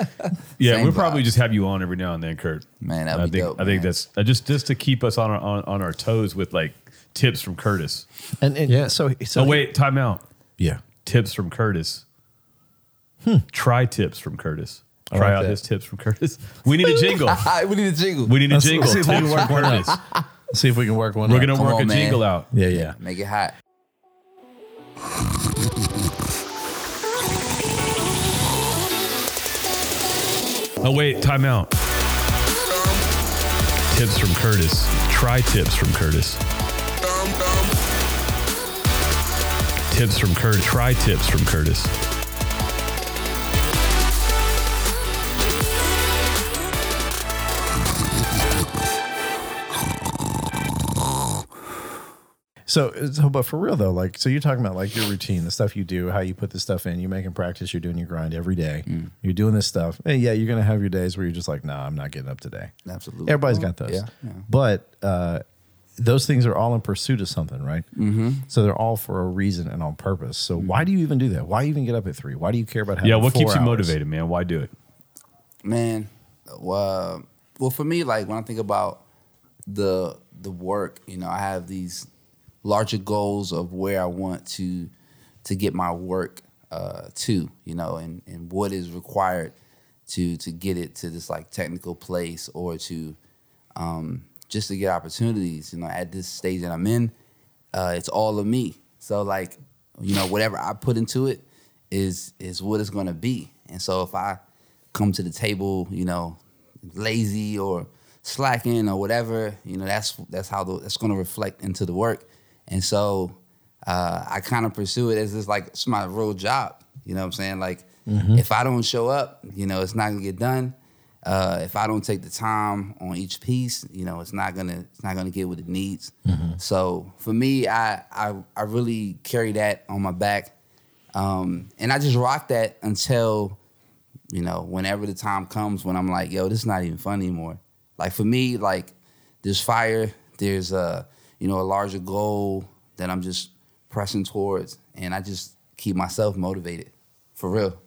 Yeah, Same we'll vibe. probably just have you on every now and then, Kurt. Man, that'd I be think dope, I think man. that's uh, just just to keep us on our, on, on our toes with like tips from Curtis. And, and yeah, Yeah. so so Oh wait, time out. yeah, Tips from Curtis. Try tips from Curtis. Hmm. I Try like out that. his tips from Curtis. We need a jingle. All right, we need a jingle. We need a Let's- jingle. let's see if Tips we can from work one out. Curtis. see if we can work one. We're out. gonna Come work on, a man. jingle out. yeah yeah. Make it hot. Oh wait, time out. Tips from Curtis. Try tips from Curtis. Tips from Curtis. Try tips from Curtis. So, so, but for real though, like, so you're talking about like your routine, the stuff you do, how you put this stuff in, you making practice, you're doing your grind every day, Mm. you're doing this stuff. And yeah, you're gonna have your days where you're just like, nah, I'm not getting up today. Absolutely. Everybody's got those. Yeah, yeah. But uh, those things are all in pursuit of something, right? Mm-hmm. So they're all for a reason and on purpose. So why do you even do that? Why even get up at three? Why do you care about having Mm-hmm. Yeah, what four keeps you hours? motivated, man? Why do it? man well, well for me like when i think about the the work you know i have these larger goals of where i want to to get my work uh to you know and and what is required to to get it to this like technical place or to um just to get opportunities you know at this stage that i'm in uh it's all of me so like you know whatever i put into it is is what it's going to be and so if i come to the table, you know, lazy or slacking or whatever, you know, that's that's how the, that's going to reflect into the work. And so uh, I kind of pursue it as just like it's my real job. You know what I'm saying? Like if I don't show up, you know, it's not gonna get done. Uh, if I don't take the time on each piece, you know, it's not gonna it's not gonna get what it needs. So for me, I, I I really carry that on my back, um, and I just rock that until you know, whenever the time comes when I'm like, yo, this is not even fun anymore. Like for me, like there's fire, there's a, you know, a larger goal that I'm just pressing towards and I just keep myself motivated. For real.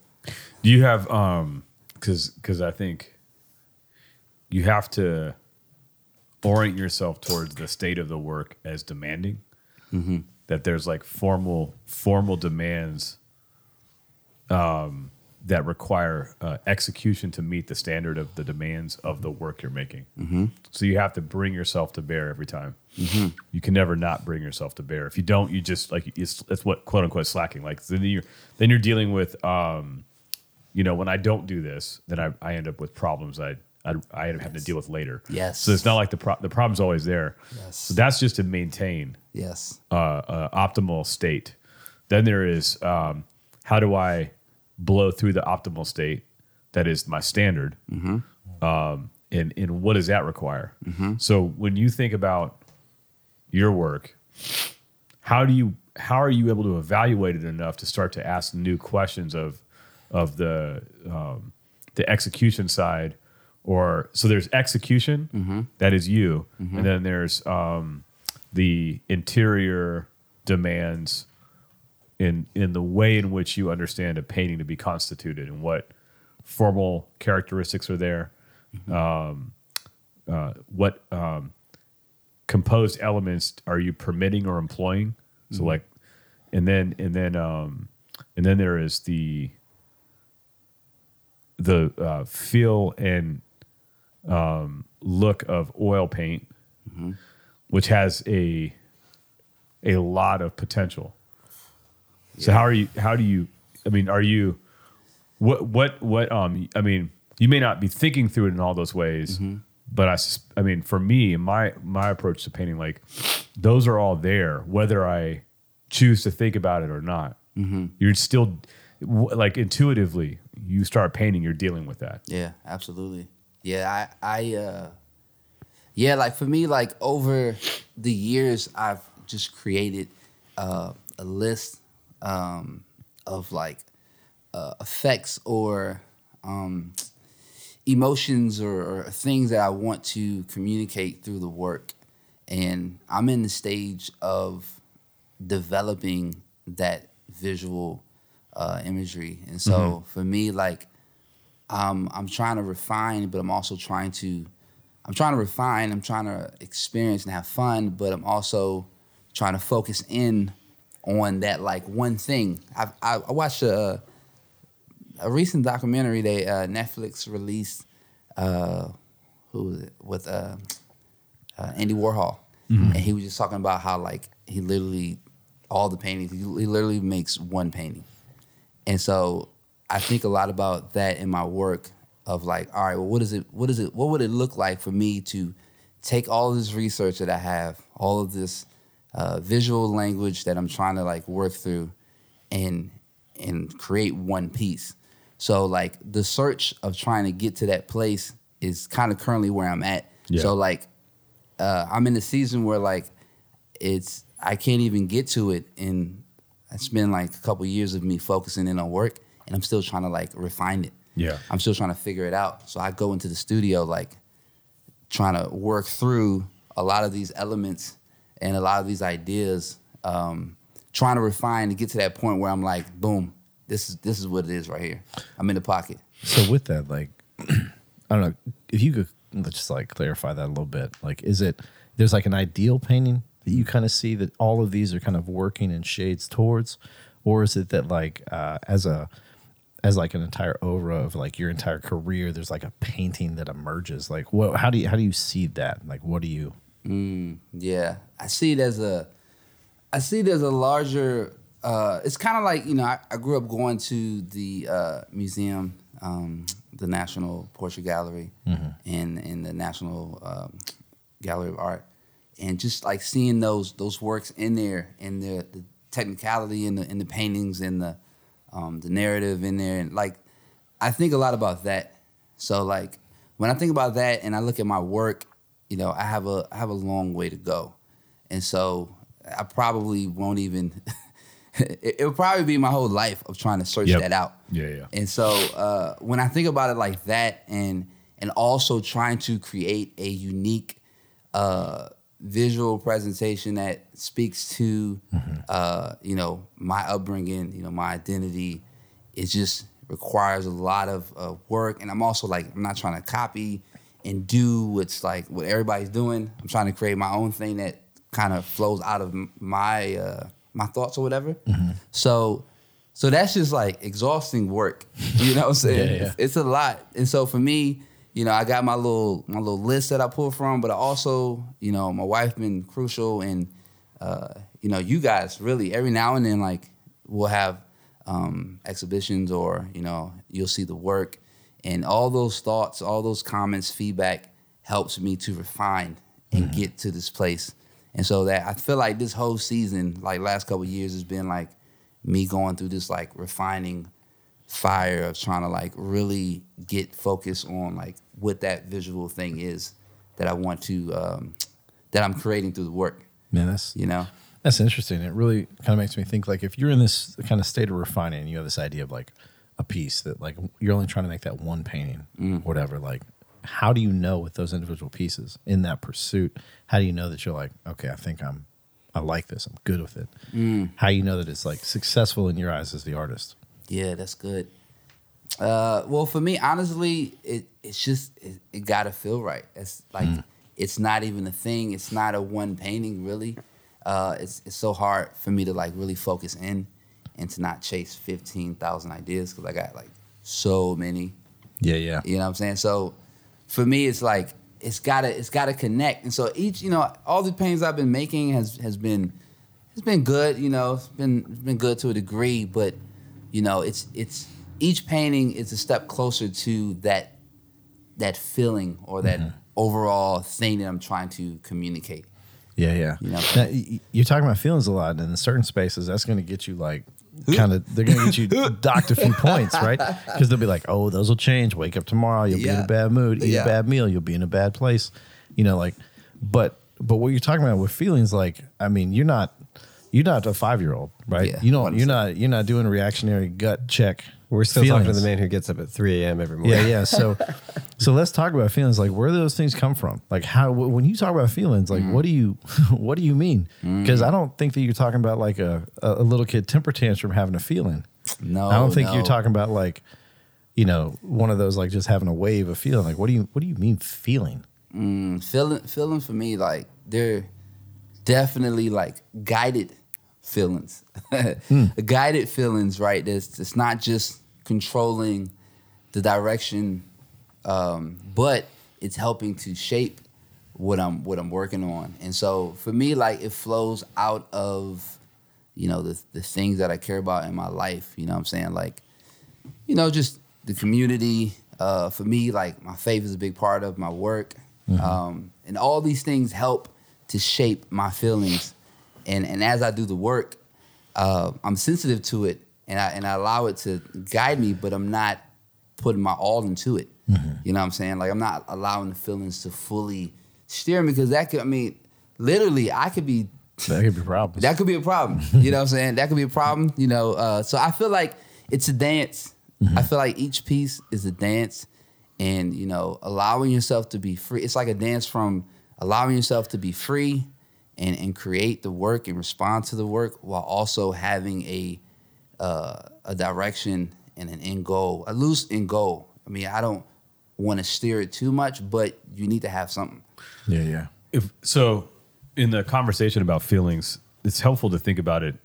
Do you have um cuz cuz I think you have to orient yourself towards the state of the work as demanding. Mm-hmm. That there's like formal formal demands um that require uh, execution to meet the standard of the demands of the work you're making. Mm-hmm. So you have to bring yourself to bear every time. You can never not bring yourself to bear. If you don't, you just like it's, that's what quote unquote slacking. Like then you're then you're dealing with um, you know, when I don't do this, then I, I end up with problems I I, I end up having to deal with later. Yes. So it's not like the pro- the problem's always there. Yes. So that's just to maintain Yes. uh, uh, optimal state. Then there is um, how do I blow through the optimal state that is my standard, um, and and what does that require? So when you think about your work, how do you how are you able to evaluate it enough to start to ask new questions of of the um, the execution side? Or so there's execution that is you, and then there's um, the interior demands in in the way in which you understand a painting to be constituted and what formal characteristics are there um, uh, what um, composed elements are you permitting or employing so like and then and then um, and then there is the the uh, feel and um, look of oil paint which has a a lot of potential. So how are you? How do you? I mean, are you? What what what? Um, I mean, you may not be thinking through it in all those ways, but I, sus- I mean, for me, my my approach to painting, like those are all there, whether I choose to think about it or not. You're still w- like intuitively, you start painting, you're dealing with that. Yeah, absolutely. Yeah, I, I, uh, yeah, like for me, like over the years, I've just created uh, a list um, of like uh, effects or um, emotions or, or things that I want to communicate through the work. And I'm in the stage of developing that visual uh, imagery. And so for me, like, um, I'm trying to refine, but I'm also trying to, I'm trying to refine, I'm trying to experience and have fun, but I'm also trying to focus in on that like one thing. I've, I, I watched a, a recent documentary that uh, Netflix released. Uh, who was it with uh, uh, Andy Warhol, and he was just talking about how like he literally all the paintings he, he literally makes one painting. And so I think a lot about that in my work of like, all right, well, what is it? What is it? What would it look like for me to take all this research that I have, all of this uh, visual language that I'm trying to like work through, and and create one piece. So like the search of trying to get to that place is kind of currently where I'm at. Yeah. So like uh, I'm in a season where like it's I can't even get to it. And it's been like a couple years of me focusing in on work, and I'm still trying to like refine it. Yeah. I'm still trying to figure it out. So I go into the studio like trying to work through a lot of these elements and a lot of these ideas, um, trying to refine to get to that point where I'm like, boom, this is this is what it is right here. I'm in the pocket. So with that, like, I don't know if you could let's just like clarify that a little bit. Like, is it there's like an ideal painting that you kind of see that all of these are kind of working in shades towards, or is it that like uh, as a as like an entire aura of like your entire career, there's like a painting that emerges. Like, what? How do you how do you see that? Like, what do you? Yeah, I see it as a, I see it as a larger. Uh, it's kind of like you know I, I grew up going to the uh, museum, um, the National Portrait Gallery, and and the National um, Gallery of Art, and just like seeing those those works in there and the, the technicality in the in the paintings and the um, the narrative in there and like I think a lot about that. So like when I think about that and I look at my work, you know, I have a I have a long way to go, and so I probably won't even. it, it'll probably be my whole life of trying to search Yep. that out. Yeah, yeah. And so uh, when I think about it like that, and and also trying to create a unique uh, visual presentation that speaks to Mm-hmm. uh, you know my upbringing, you know my identity, it just requires a lot of uh, work. And I'm also like I'm not trying to copy and do what's like what everybody's doing. I'm trying to create my own thing that kind of flows out of m- my uh, my thoughts or whatever. Mm-hmm. So so that's just like exhausting work. You know what I'm saying? Yeah, yeah. It's, it's a lot. And so for me, you know, I got my little my little list that I pull from, but I also, you know, my wife been crucial and uh, you know, you guys really every now and then like we'll have um, exhibitions or, you know, you'll see the work and all those thoughts, all those comments, feedback helps me to refine and Mm-hmm. get to this place. And so that I feel like this whole season, like last couple of years, has been like me going through this like refining fire of trying to like really get focused on like what that visual thing is that I want to um, that I'm creating through the work. Man, that's You know, That's interesting. It really kind of makes me think like if you're in this kind of state of refining and you have this idea of like a piece that like you're only trying to make that one painting, whatever, like how do you know with those individual pieces in that pursuit? How do you know that you're like, okay, I think I'm I like this, I'm good with it. How you know that it's like successful in your eyes as the artist. yeah, that's good. Uh, well, for me, honestly, it it's just it, it gotta feel right. It's like it's not even a thing. It's not a one painting really. Uh, it's it's so hard for me to like really focus in and to not chase fifteen thousand ideas because I got like so many. Yeah, yeah. You know what I'm saying? So for me, it's like it's gotta it's gotta connect. And so each you know all the paintings I've been making has has been it's been good. You know, it's been it's been good to a degree, but you know it's it's each painting is a step closer to that that feeling or that Mm-hmm. overall thing that I'm trying to communicate. Yeah, yeah. You know? Now, y- y- you're talking about feelings a lot, and in certain spaces, that's going to get you like kind of they're going to get you docked a few points, right? Because they'll be like, "Oh, those will change. Wake up tomorrow, you'll be in Yeah. a bad mood. Eat Yeah. a bad meal, you'll be in a bad place." You know, like, but but what you're talking about with feelings, like, I mean, you're not you're not a five year old, right? Yeah, you don't. You're not. You're not doing a reactionary gut check. We're still talking to Feelings. the man who gets up at 3 a.m. every morning. Yeah, yeah. So, so let's talk about feelings. Like, where do those things come from? Like, how wh- when you talk about feelings, like, what do you, what do you mean? Because I don't think that you're talking about like a, a a little kid temper tantrum having a feeling. No, I don't think no. you're talking about like, you know, one of those like just having a wave of feeling. Like, what do you, what do you mean feeling? feeling feeling for me like they're definitely like guided feelings guided feelings right it's, it's not just controlling the direction um, but it's helping to shape what i'm what i'm working on and so for me like it flows out of you know the, the things that i care about in my life you know what i'm saying like you know, just the community. Uh, for me, like my faith is a big part of my work, um, and all these things help to shape my feelings. And and as I do the work, uh, I'm sensitive to it, and I and I allow it to guide me, but I'm not putting my all into it. You know what I'm saying? Like I'm not allowing the feelings to fully steer me because that could. I mean, literally, I could be That could be problems. That could be a problem. You know what I'm saying? That could be a problem. You know, uh, so I feel like it's a dance. I feel like each piece is a dance and, you know, allowing yourself to be free. It's like a dance from allowing yourself to be free and, and create the work and respond to the work while also having a uh, a direction and an end goal, a loose end goal. I mean, I don't want to steer it too much, but you need to have something. yeah, yeah. if so in the conversation about feelings it's helpful to think about it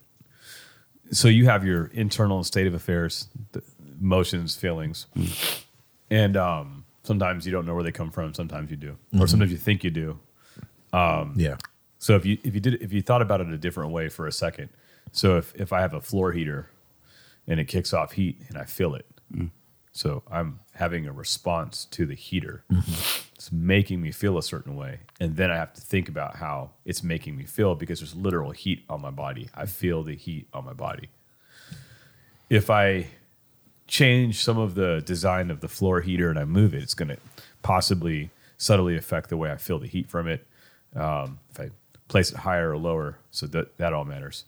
so you have your internal state of affairs th- emotions feelings and um, sometimes you don't know where they come from sometimes you do or sometimes you think you do Yeah. so if you if you did if you thought about it a different way for a second so if if i have a floor heater and it kicks off heat and i feel it so i'm having a response to the heater it's making me feel a certain way and then i have to think about how it's making me feel because there's literal heat on my body i feel the heat on my body if i change some of the design of the floor heater and i move it it's going to possibly subtly affect the way i feel the heat from it um, if i place it higher or lower so that that all matters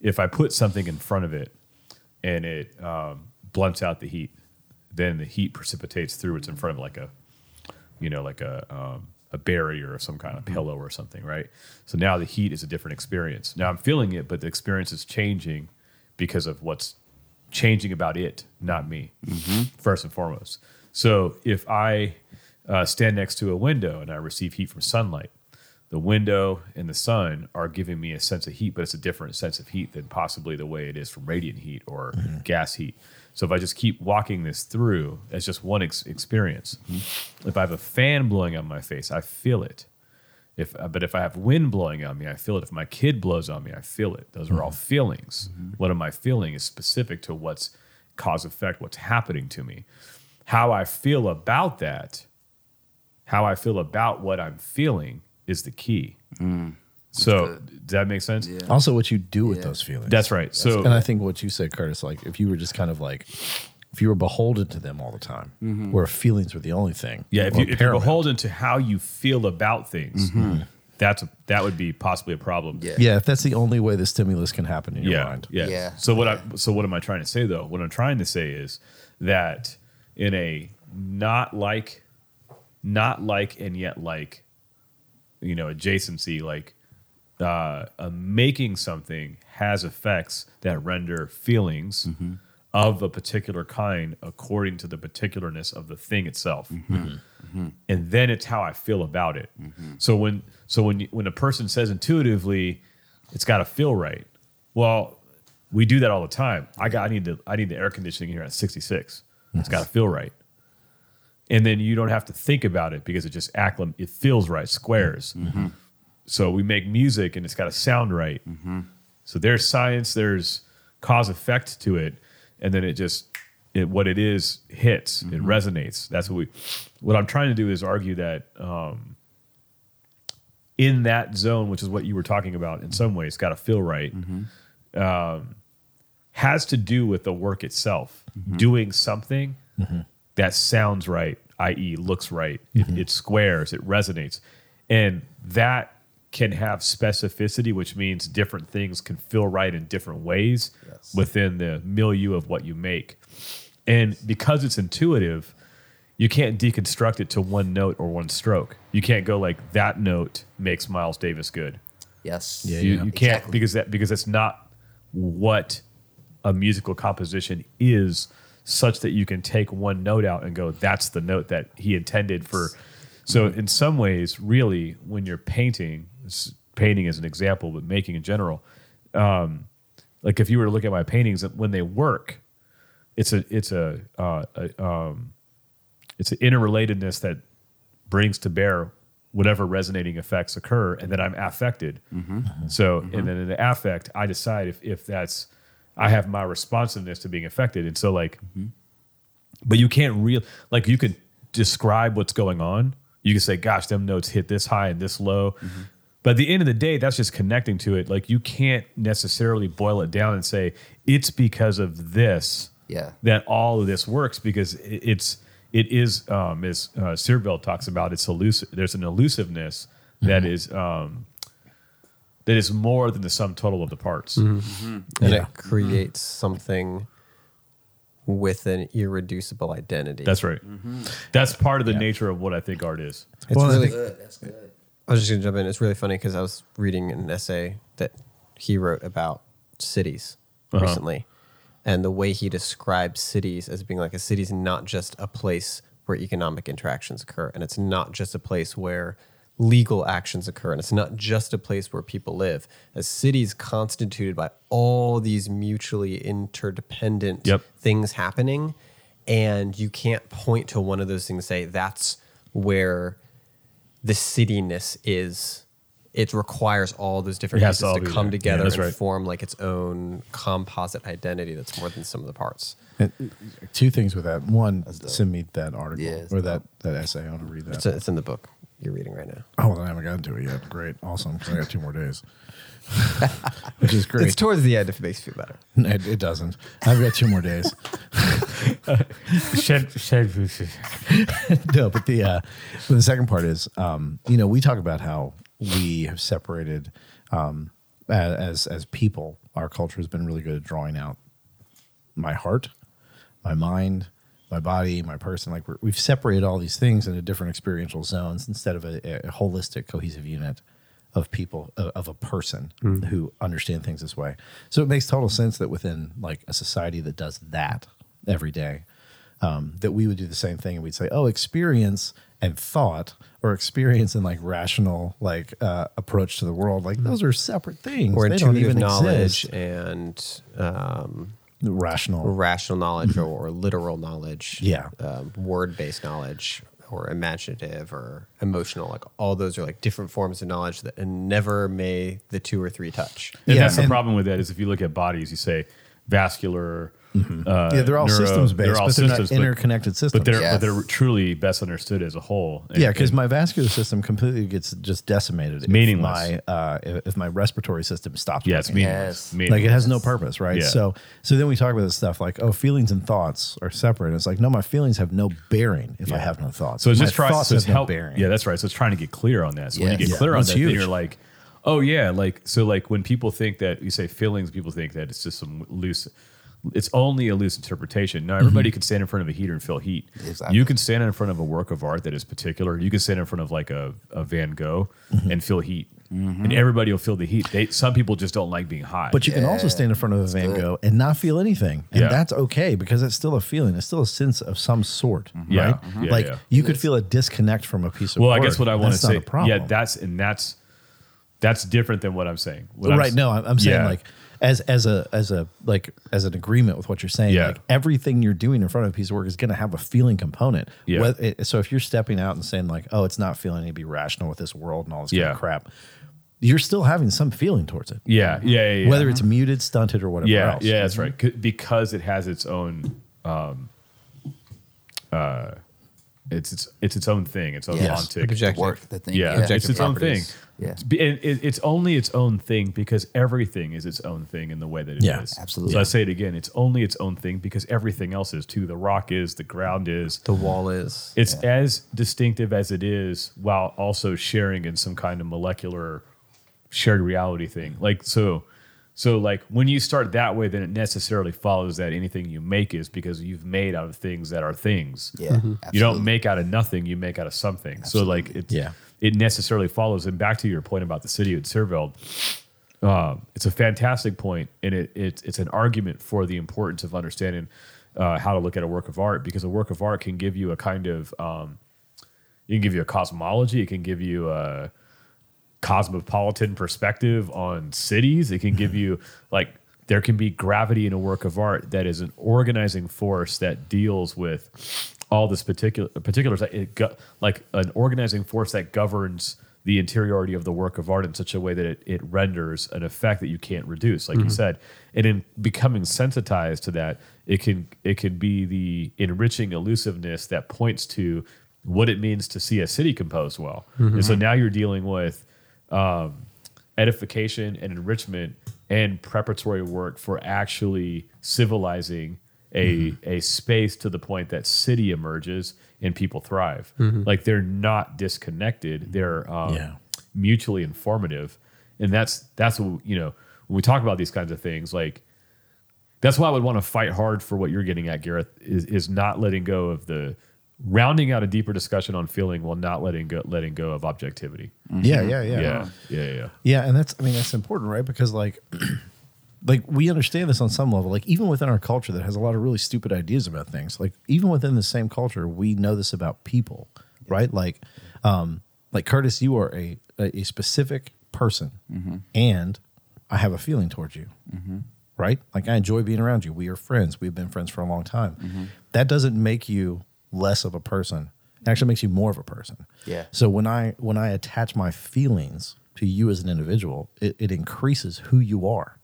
if i put something in front of it and it um, blunts out the heat then the heat precipitates through what's in front of it like a you know, like a um, a barrier or some kind of pillow or something, right? So now the heat is a different experience. Now I'm feeling it, but the experience is changing because of what's changing about it, not me, first and foremost. So if I uh, stand next to a window and I receive heat from sunlight, the window and the sun are giving me a sense of heat, but it's a different sense of heat than possibly the way it is from radiant heat or gas heat. So if I just keep walking this through, as just one ex- experience. If I have a fan blowing on my face, I feel it. If uh, but if I have wind blowing on me, I feel it. If my kid blows on me, I feel it. Those are all Mm-hmm. feelings. What am I feeling is specific to what's cause effect, what's happening to me. How I feel about that how I feel about what I'm feeling is the key. so does that make sense? Mm. Yeah. Also, what you do with those feelings. That's right. So and I think what you said, Curtis, like if you were just kind of like, if you were beholden to them all the time, where feelings were the only thing. yeah, if, or you, if you're paramount. beholden to how you feel about things, that's a, that would be possibly a problem. Mm-hmm. Yeah. Yeah, if that's the only way the stimulus can happen in your yeah, mind. Yeah. Yeah. So what I so what am I trying to say though? What I'm trying to say is that in a not like not like and yet like you know adjacency like uh, a making something has effects that render feelings Mm-hmm. of a particular kind according to the particularness of the thing itself Mm-hmm. and then it's how I feel about it. So when so when you- when a person says intuitively, it's got to feel right. Well, we do that all the time. I got I need to I need the air conditioning here at 66. It's got to feel right. And then you don't have to think about it because it just acclim it feels right, squares. So we make music and it's got to sound right. So there's science, there's cause effect to it, and then it just it, what it is hits, it resonates. That's what we. What I'm trying to do is argue that um, in that zone, which is what you were talking about, in some ways, got to feel right. Um, has to do with the work itself, doing something that sounds right, i.e., looks right, it, it squares, it resonates. And that can have specificity, which means different things can feel right in different ways within the milieu of what you make. And because it's intuitive, you can't deconstruct it to one note or one stroke. You can't go like that note makes Miles Davis good. Yes. Yeah, You, you can't Exactly. because that because that's not what a musical composition is, such that you can take one note out and go, that's the note that he intended for. So Mm-hmm. in some ways, really, when you're painting, s- painting as an example, but making in general, um, like if you were to look at my paintings, uh, when they work, it's a it's a, uh, a um, it's an interrelatedness that brings to bear whatever resonating effects occur, and then I'm affected. So, and then in the affect, I decide if if that's I have my responsiveness to being affected, and so like, but you can't real like you can describe what's going on. You can say, "Gosh, them notes hit this high and this low." But at the end of the day, that's just connecting to it. Like you can't necessarily boil it down and say it's because of this Yeah. that all of this works because i- it's it is um, as uh, Searville talks about it's elusive. There's an elusiveness that is um, that is more than the sum total of the parts. and Yeah. it creates something with an irreducible identity. That's right. That's part of the nature of what I think art is. It's Well, really. Good, that's good. I was just gonna jump in. It's really funny because I was reading an essay that he wrote about cities recently, and the way he describes cities as being like a city's not just a place where economic interactions occur, and it's not just a place where legal actions occur, and it's not just a place where people live. A city is constituted by all these mutually interdependent Yep. things happening, and you can't point to one of those things and say that's where the cityness is it requires all those different It has pieces to all to, be come there. Yeah, together that's and right. form like its own composite identity that's more than some of the parts. And two things with that. One, send me that article Yeah, it's or that, that essay. I want to read that. It's, it's in the book you're reading right now. oh, well, I haven't gotten to it yet. Great. Awesome. 'cause I got two more days, which is great. It's towards the end if it makes you feel better. it, it doesn't. I've got two more days. no, but the uh, but the second part is, um, you know, we talk about how we have separated um, a- as as people. Our culture has been really good at drawing out my heart, my mind, my body, my person. Like we're, we've separated all these things into different experiential zones instead of a, a holistic, cohesive unit of people of, of a person Hmm. who understand things this way. So it makes total sense that within like a society that does that every day, um, that we would do the same thing and we'd say, oh, experience and thought or experience and like rational like uh, approach to the world like those are separate things Hmm. Or They don't intuitive even knowledge exist. and um, rational rational knowledge or, or literal knowledge. Yeah. Um, Word based knowledge or imaginative or emotional. Like all those are like different forms of knowledge that never may the two or three touch. And Yeah, that's the and- problem with that is if you look at bodies, you say vascular. uh, Mm-hmm. yeah, they're all neuro- systems based, They're all but systems, they're not but, interconnected systems. but they're Yes. but they're truly best understood as a whole. And- yeah, because and- my vascular system completely gets just decimated. If Meaningless. my uh, if if my respiratory system stops. yeah, it's working. meaningless. Yes. Like it meaningless. has no purpose, right? Yeah. So, so then we talk about this stuff like, oh, feelings and thoughts are separate. And it's like, no, my feelings have no bearing if I have no thoughts. So it's my just trying thoughts so it's have no help. bearing. Yeah, that's right. So it's trying to get clear on that. So when you Yes. get Yeah, clear on that's that, then huge. you're like, oh yeah, like so like when people think that you say feelings, people think that it's just some loose. It's only a loose interpretation. No, everybody Mm-hmm. can stand in front of a heater and feel heat. Exactly. You can stand in front of a work of art that is particular. You can stand in front of like a, a Van Gogh Mm-hmm. and feel heat, and everybody will feel the heat. They, some people just don't like being hot. But you can also stand in front of a Van Gogh and not feel anything. And Yeah. that's okay because it's still a feeling. It's still a sense of some sort, Yeah. right? Mhm. Yeah, like yeah. you could feel a disconnect from a piece of well, work. I guess what I want to That's not say, a problem. yeah, that's and that's that's different than what I'm saying. What I'm right s- no i'm, I'm saying Yeah. like as as a as a like as an agreement with what you're saying Yeah. like everything you're doing in front of a piece of work is going to have a feeling component Yeah. Whether- it- so if you're stepping out and saying like oh it's not feeling I need to be rational with this world and all this kind Yeah. of crap you're still having some feeling towards it yeah, yeah, yeah, yeah. Mm-hmm. whether it's muted stunted or whatever yeah, else Mm-hmm. Yeah, that's right. C- Because it has its own, um, uh, it's its it's its own thing. Its own Yes. object. Objective. Work the thing. Yeah, it's Objective its own thing. properties. Yeah. It's be- and it, it's only its own thing because everything is its own thing in the way that it is. Yeah, absolutely. So I say it again. It's only its own thing because everything else is too. The rock is. The ground is. The wall is. It's as distinctive as it is while also sharing in some kind of molecular shared reality thing. Like so so like when you start that way then it necessarily follows that anything you make is because you've made out of things that are things. Yeah, Mhm. You don't make out of nothing, you make out of something. So like it's Yeah. it necessarily follows and back to your point about the city at Sirveld, um, it's a fantastic point, and it, it it's an argument for the importance of understanding uh, how to look at a work of art because a work of art can give you a kind of um, it can give you a cosmology, it can give you a cosmopolitan perspective on cities, it can give you like there can be gravity in a work of art that is an organizing force that deals with all this particular particulars that it go, like an organizing force that governs the interiority of the work of art in such a way that it, it renders an effect that you can't reduce, like you said. And in becoming sensitized to that, it can it can be the enriching elusiveness that points to what it means to see a city composed well. And so now you're dealing with um, edification and enrichment and preparatory work for actually civilizing a a space to the point that city emerges and people thrive. Like they're not disconnected; they're um, Yeah. mutually informative. and that's that's what you know when we talk about these kinds of things like that's why I would want to fight hard for what you're getting at, Gareth, is, is not letting go of the rounding out a deeper discussion on feeling while not letting go letting go of objectivity. Yeah, yeah, yeah, Yeah. Yeah. Yeah. Yeah, and that's I mean that's important, right? Because like like we understand this on some level. Like even within our culture that has a lot of really stupid ideas about things. Like even within the same culture, we know this about people, right? Like um like Curtis, you are a a, a specific person and I have a feeling towards you. Right? Like I enjoy being around you. We are friends. We've been friends for a long time. That doesn't make you less of a person. It actually makes you more of a person. Yeah. So when I when I attach my feelings to you as an individual, it, it increases who you are,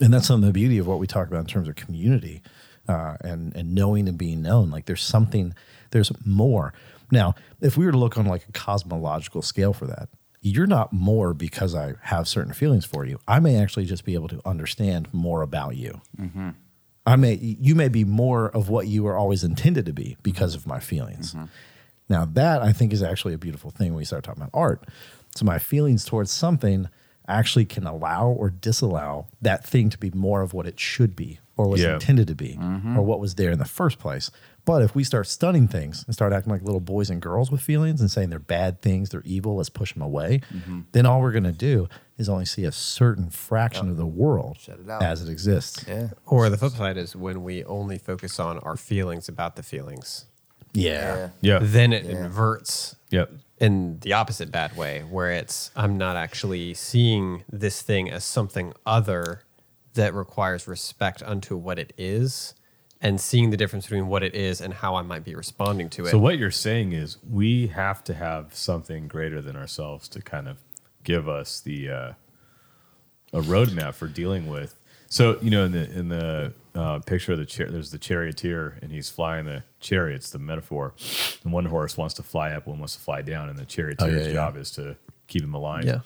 and that's some of the beauty of what we talk about in terms of community uh, and and knowing and being known. Like there's something, there's more. Now, if we were to look on like a cosmological scale for that, you're not more because I have certain feelings for you. I may actually just be able to understand more about you. I may you may be more of what you were always intended to be because of my feelings. Mm-hmm. Now that I think is actually a beautiful thing when we start talking about art. So my feelings towards something actually can allow or disallow that thing to be more of what it should be or was Yeah. intended to be Mm-hmm. or what was there in the first place. But if we start stunning things and start acting like little boys and girls with feelings and saying they're bad things, they're evil, let's push them away, Mm-hmm. then all we're going to do is only see a certain fraction of the world it out. as it exists. Yeah. Or the flip side is when we only focus on our feelings about the feelings, Yeah. Yeah. then it inverts Yep. in the opposite bad way, where it's I'm not actually seeing this thing as something other that requires respect unto what it is, and seeing the difference between what it is and how I might be responding to it. So what you're saying is we have to have something greater than ourselves to kind of give us the uh, a roadmap for dealing with. So you know, in the in the uh, picture of the chair, there's the charioteer, and he's flying the chariot. It's the metaphor. And one horse wants to fly up, one wants to fly down, and the charioteer's yeah. job is to keep him aligned. yeah,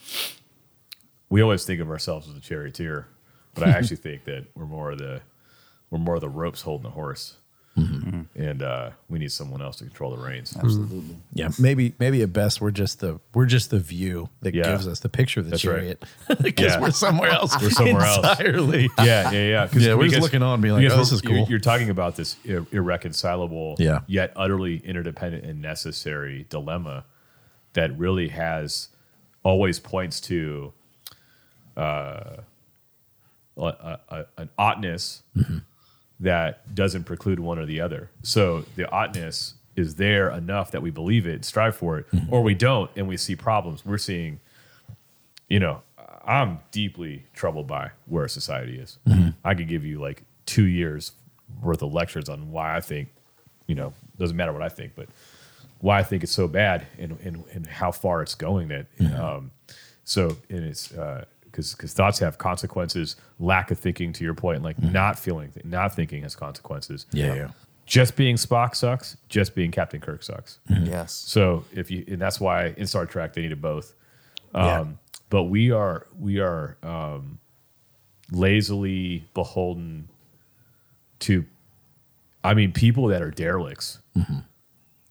we always think of ourselves as the charioteer, but I actually think that we're more of the we're more of the ropes holding the horse, and uh, we need someone else to control the reins. Absolutely. Yeah, maybe maybe at best we're just the we're just the view that Yeah. gives us the picture of the That's right. chariot because Yeah. we're somewhere else. We're somewhere else. entirely. Yeah, yeah, yeah. 'Cause- Yeah, we're just looking on and being like, because "Oh, this we're- is cool." You're, you're talking about this ir- irreconcilable, Yeah. yet utterly interdependent and necessary dilemma that really has always points to uh, a, a, a- an oughtness Mm-hmm. that doesn't preclude one or the other. So the oughtness is there enough that we believe it, strive for it, Mm-hmm. or we don't, and we see problems. We're seeing you know, I'm deeply troubled by where society is. Mm-hmm. I could give you like two years worth of lectures on why I think, you know, doesn't matter what I think, but why I think it's so bad and and, and how far it's going. That Mm-hmm. um, so and it's because because thoughts have consequences. Lack of thinking, to your point, like not feeling, not thinking has consequences. Mm-hmm. Yeah, yeah. Just being Spock sucks. Just being Captain Kirk sucks. Yes. So if you and that's why in Star Trek they needed both. Um, Yeah. But we are we are um, lazily beholden to, I mean, people that are derelicts.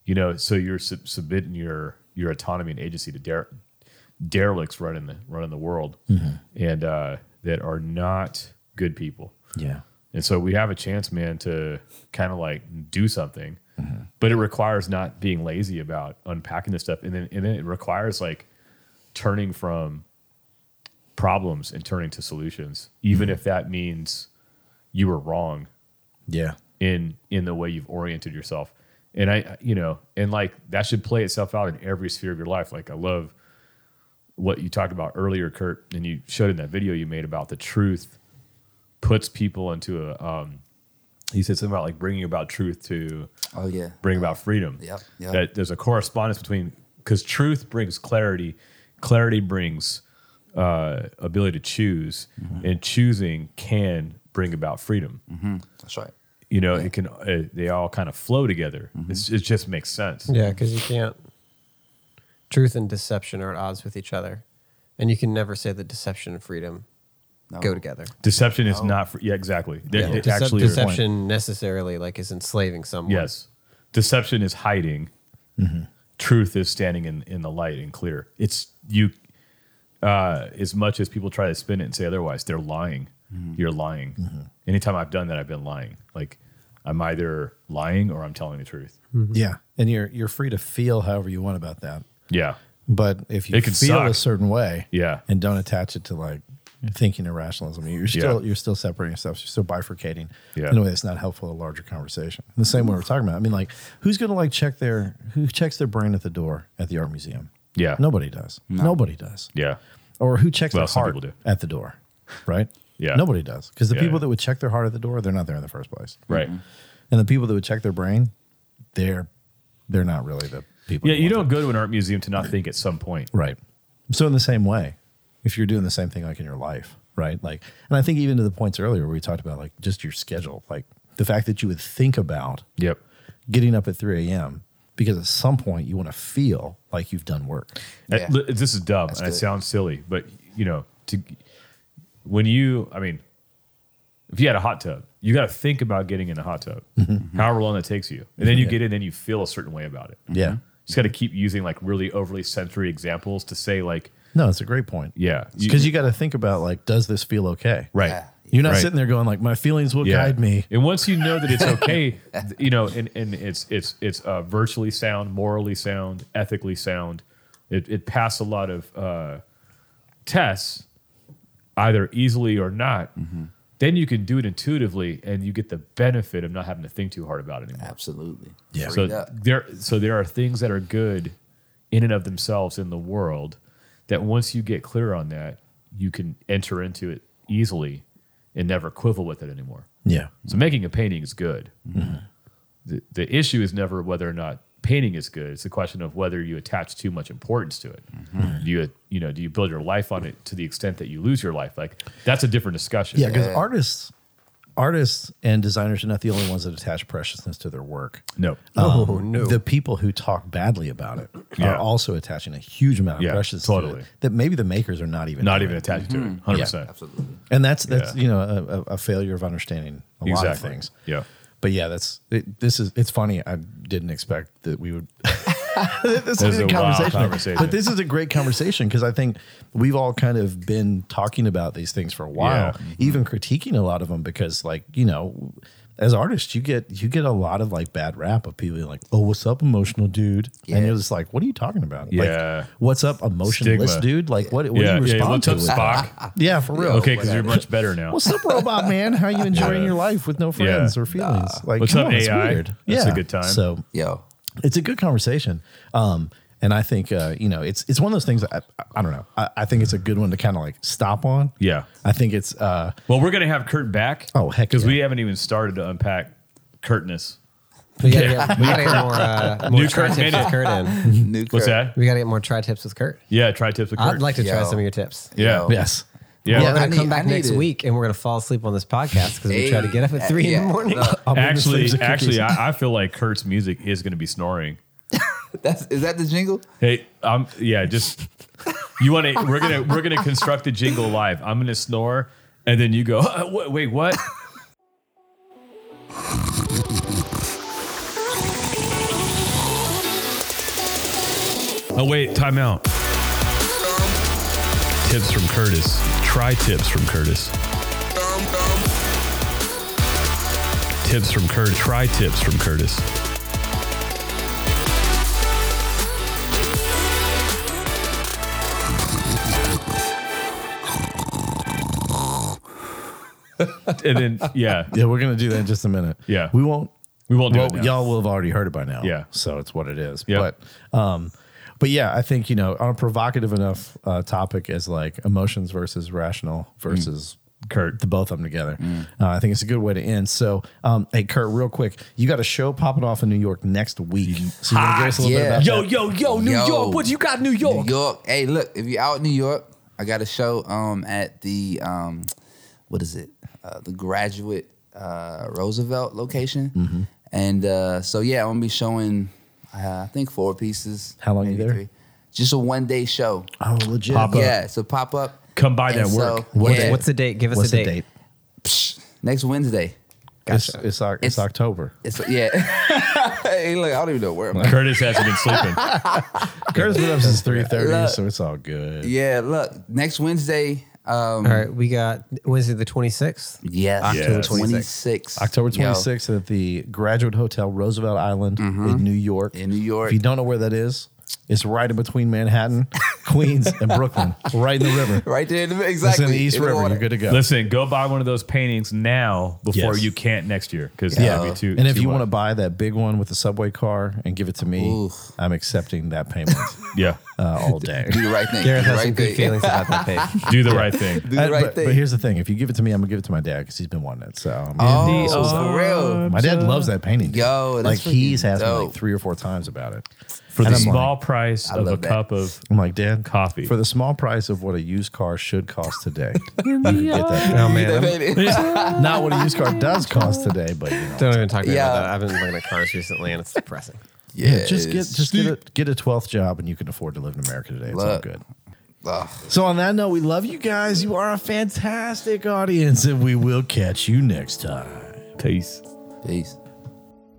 You know, so you're sub- submitting your your autonomy and agency to dere- derelicts running the running the world, and uh, that are not good people. Yeah. And so we have a chance, man, to kind of like do something, but it requires not being lazy about unpacking this stuff, and then and then it requires like turning from problems and turning to solutions, even if that means you were wrong Yeah. in in the way you've oriented yourself. And I, you know, and like that should play itself out in every sphere of your life. Like I love what you talked about earlier, Kurt, and you showed in that video you made about the truth puts people into a. Um, he said something about like bringing about truth to Oh yeah. bring about freedom. Yep, yep. That there's a correspondence between because truth brings clarity, clarity brings uh, ability to choose, Mm-hmm. and choosing can bring about freedom That's right. you know it can uh, they all kind of flow together it's, it just makes sense yeah, because you can't. Truth and deception are at odds with each other, and you can never say that deception and freedom No. go together. deception is not for, Oh. yeah exactly They- they Decep- actually deception necessarily like is enslaving someone. yes deception is Mm-hmm. hiding truth is standing in in the light and clear it's you uh, as much as people try to spin it and say otherwise, they're lying. You're lying. Anytime I've done that, I've been lying. Like I'm either lying or I'm telling the truth. Hmm. Yeah, and you're you're free to feel however you want about that. Yeah. But if you It can feel a suck. certain way, Yeah. and don't attach it to like thinking or rationalism, you're still you're still separating yourself. You're still bifurcating Yeah. in a way that's not helpful to a larger conversation. The same way we're talking about. I mean, like who's going to like check their who checks their brain at the door at the art museum? Yeah. nobody does. Nobody does. Yeah. Or who checks Well, their some heart people do. at the door, right? Yeah. nobody does because the Yeah, people yeah. that would check their heart at the door, they're not there in the first place, Right. And the people that would check their brain, they're they're not really the people. Yeah. You want don't go to an art museum to not think at some point. Right. So in the same way, if you're doing the same thing like in your life, right? Like and I think even to the points earlier where we talked about like just your schedule, like the fact that you would think about Yep. getting up at 3 a.m. because at some point you want to feel like you've done work. And Yeah. li- This is dumb and it good. sounds silly, but you know, to when you, I mean, if you had a hot tub, you got to think about getting in the hot tub, however long it takes you, and then you get in, and you feel a certain way about it. Yeah. Just got to keep using like really overly sensory examples to say like, No, it's a great point. yeah, Because you got to think about like, does this feel okay? right. Yeah. You're not Right. sitting there going like my feelings will guide me. And once you know that it's okay, th- you know, and, and it's it's it's uh, virtually sound, morally sound, ethically sound. It, it passed a lot of uh, tests, either easily or not. Mm-hmm. Then you can do it intuitively, and you get the benefit of not having to think too hard about it anymore. Absolutely. Yeah. Freed So up. there, so there are things that are good in and of themselves in the world that once you get clear on that, you can enter into it easily and never quibble with it anymore. Yeah. So making a painting is good. Mm-hmm. The, the issue is never whether or not painting is good. It's a question of whether you attach too much importance to it. Mm-hmm. Do you you know do you build your life on it to the extent that you lose your life? Like that's a different discussion. Yeah, because artists artists and designers are not the only ones that attach preciousness to their work. no. oh no! The people who talk badly about it Yeah. are also attaching a huge amount of Yeah, precious totally. to it that maybe the makers are not even Not doing. even attached to it. 100%. Absolutely. And that's that's Yeah. you know a, a- a failure of understanding a lot of Exactly. things. Yeah. But yeah, that's it, this is it's funny. I didn't expect that we would. this This is is a a good wild conversation, conversation. but this is a great conversation because I think we've all kind of been talking about these things for a while, Yeah. even critiquing a lot of them because, like you know, as artists, you get you get a lot of like bad rap of people being like, "Oh, what's up, emotional dude?" Yeah. And you're just like, "What are you talking about? Yeah. Like, what's up, emotionless Stigma. dude? Like, what? yeah. What do you yeah, you respond looked up to? Spock. Yeah, for real. okay, because you're much better now. What's up, robot man? How you enjoying Yeah. your life with no friends Yeah. or feelings? Like, What's come up, on, it's AI? weird. That's a good time. So Yo. it's a good conversation. Um, and I think uh, you know, it's it's one of those things. That I, I don't know. I, I think it's a good one to kind of like stop on. Yeah. I think it's uh, Well, we're gonna have Kurt back. Oh, heck Because yeah. we haven't even started to unpack Kurtness. We gotta get, we gotta get more, uh, more New tri Kurt tips minute. with Kurt in. New What's Kurt. that? We gotta get more tri tips with Kurt. Yeah, try tips with Kurt. I'd like to try Yo. some of your tips. Yeah. Yo. yes, Yeah. We're I gonna need- come back I need next it. week and we're gonna fall asleep on this podcast because we try to get up at three in the Yeah. morning. No, I'll bring the Actually, sleeves of cookies. actually, I, I feel like Kurt's music is gonna be snoring. that's, is that the jingle? Hey, um, yeah, just you want to? We're gonna we're gonna construct a jingle live. I'm gonna snore, and then you go. "Uh, wha- wait, what? oh wait, time out. Tips from Curtis. Try tips from Curtis. Tips from Curtis. Try tips from Curtis. And then yeah, yeah, we're gonna do that in just a minute. Yeah. we won't. we won't do Well, it. now. y'all will have already heard it by now. Yeah. so it's what it is. Yeah. But, um, but yeah, I think you know on a provocative enough uh, topic as like emotions versus rational versus Kurt. the both of them together. Uh, I think it's a good way to end. So, um, hey, Kurt, real quick, you got a show popping off in New York next week. So, you want to give us a little yeah. bit about that? yo, yo, New Yo. you got, New New York. Hey, look, if you're out in New York, I got a show um at the um what is it? Uh, the Graduate uh, Roosevelt location. Mm-hmm. And uh, so yeah, I'm gonna be showing uh, I think four pieces. How long you maybe there? Just a one day show. Oh, legit. Pop up. Yeah, so pop up. Come by that And work. So, What- yeah, What's the date? Give us What's a date. the date? next Wednesday? It's, Gotcha. it's, Oc- it's It's- October. It's yeah. hey, look, I don't even know where. I'm at. Curtis hasn't been sleeping. Curtis been up since three thirty, Look. so it's all good. Yeah, look, next Wednesday. Um, All right, we got Wednesday the 26th. Yes, October October Yes. 26th. October Yo, 26th at the Graduate Hotel, Roosevelt Island in New York. Mm-hmm. In New York. If you don't know where that is, it's right in between Manhattan, Queens, and Brooklyn, right in the river. Right there, in the- It's exactly. in the East the River. water. You're good to go. Listen, go buy one of those paintings now before Yes. you can't next year because yeah. be too. and if too you want to much. buy that big one with the subway car and give it to me, Oof. I'm accepting that payment yeah, uh, all day. Do the right thing. Gareth Do has some the right good thing. feelings about that page. do the right thing. Do the Uh, right but, thing. but here's the thing: if you give it to me, I'm gonna give it to my dad because he's been wanting it. So I'm gonna oh, give it to him. for real. my dad loves that painting. dude. Yo, that's like he's freaking asked me dope. like three or four times about it. for the And I'm small price I of a love that. cup of I'm like, Dad, Coffee. for the small price of what a used car should cost today. you can get that. Oh man, I'm- Not what a used car does cost today, but you know, don't even talk to me Yeah. about that. I've been looking at cars recently, and it's depressing. yeah, just get it's- just get a, get a twelfth job, and you can afford to live in America today. It's all Look. good. Ugh. So on that note, we love you guys. You are a fantastic audience, and we will catch you next time. peace. Peace.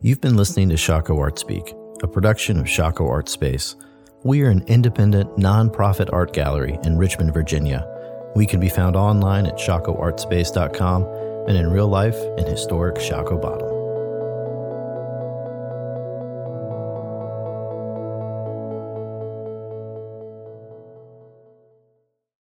You've been listening to Shaco Art Speak, a production of Shaco Art Space. We are an independent, nonprofit art gallery in Richmond, Virginia. We can be found online at shacoartspace.com and in real life in historic Shaco Bottom.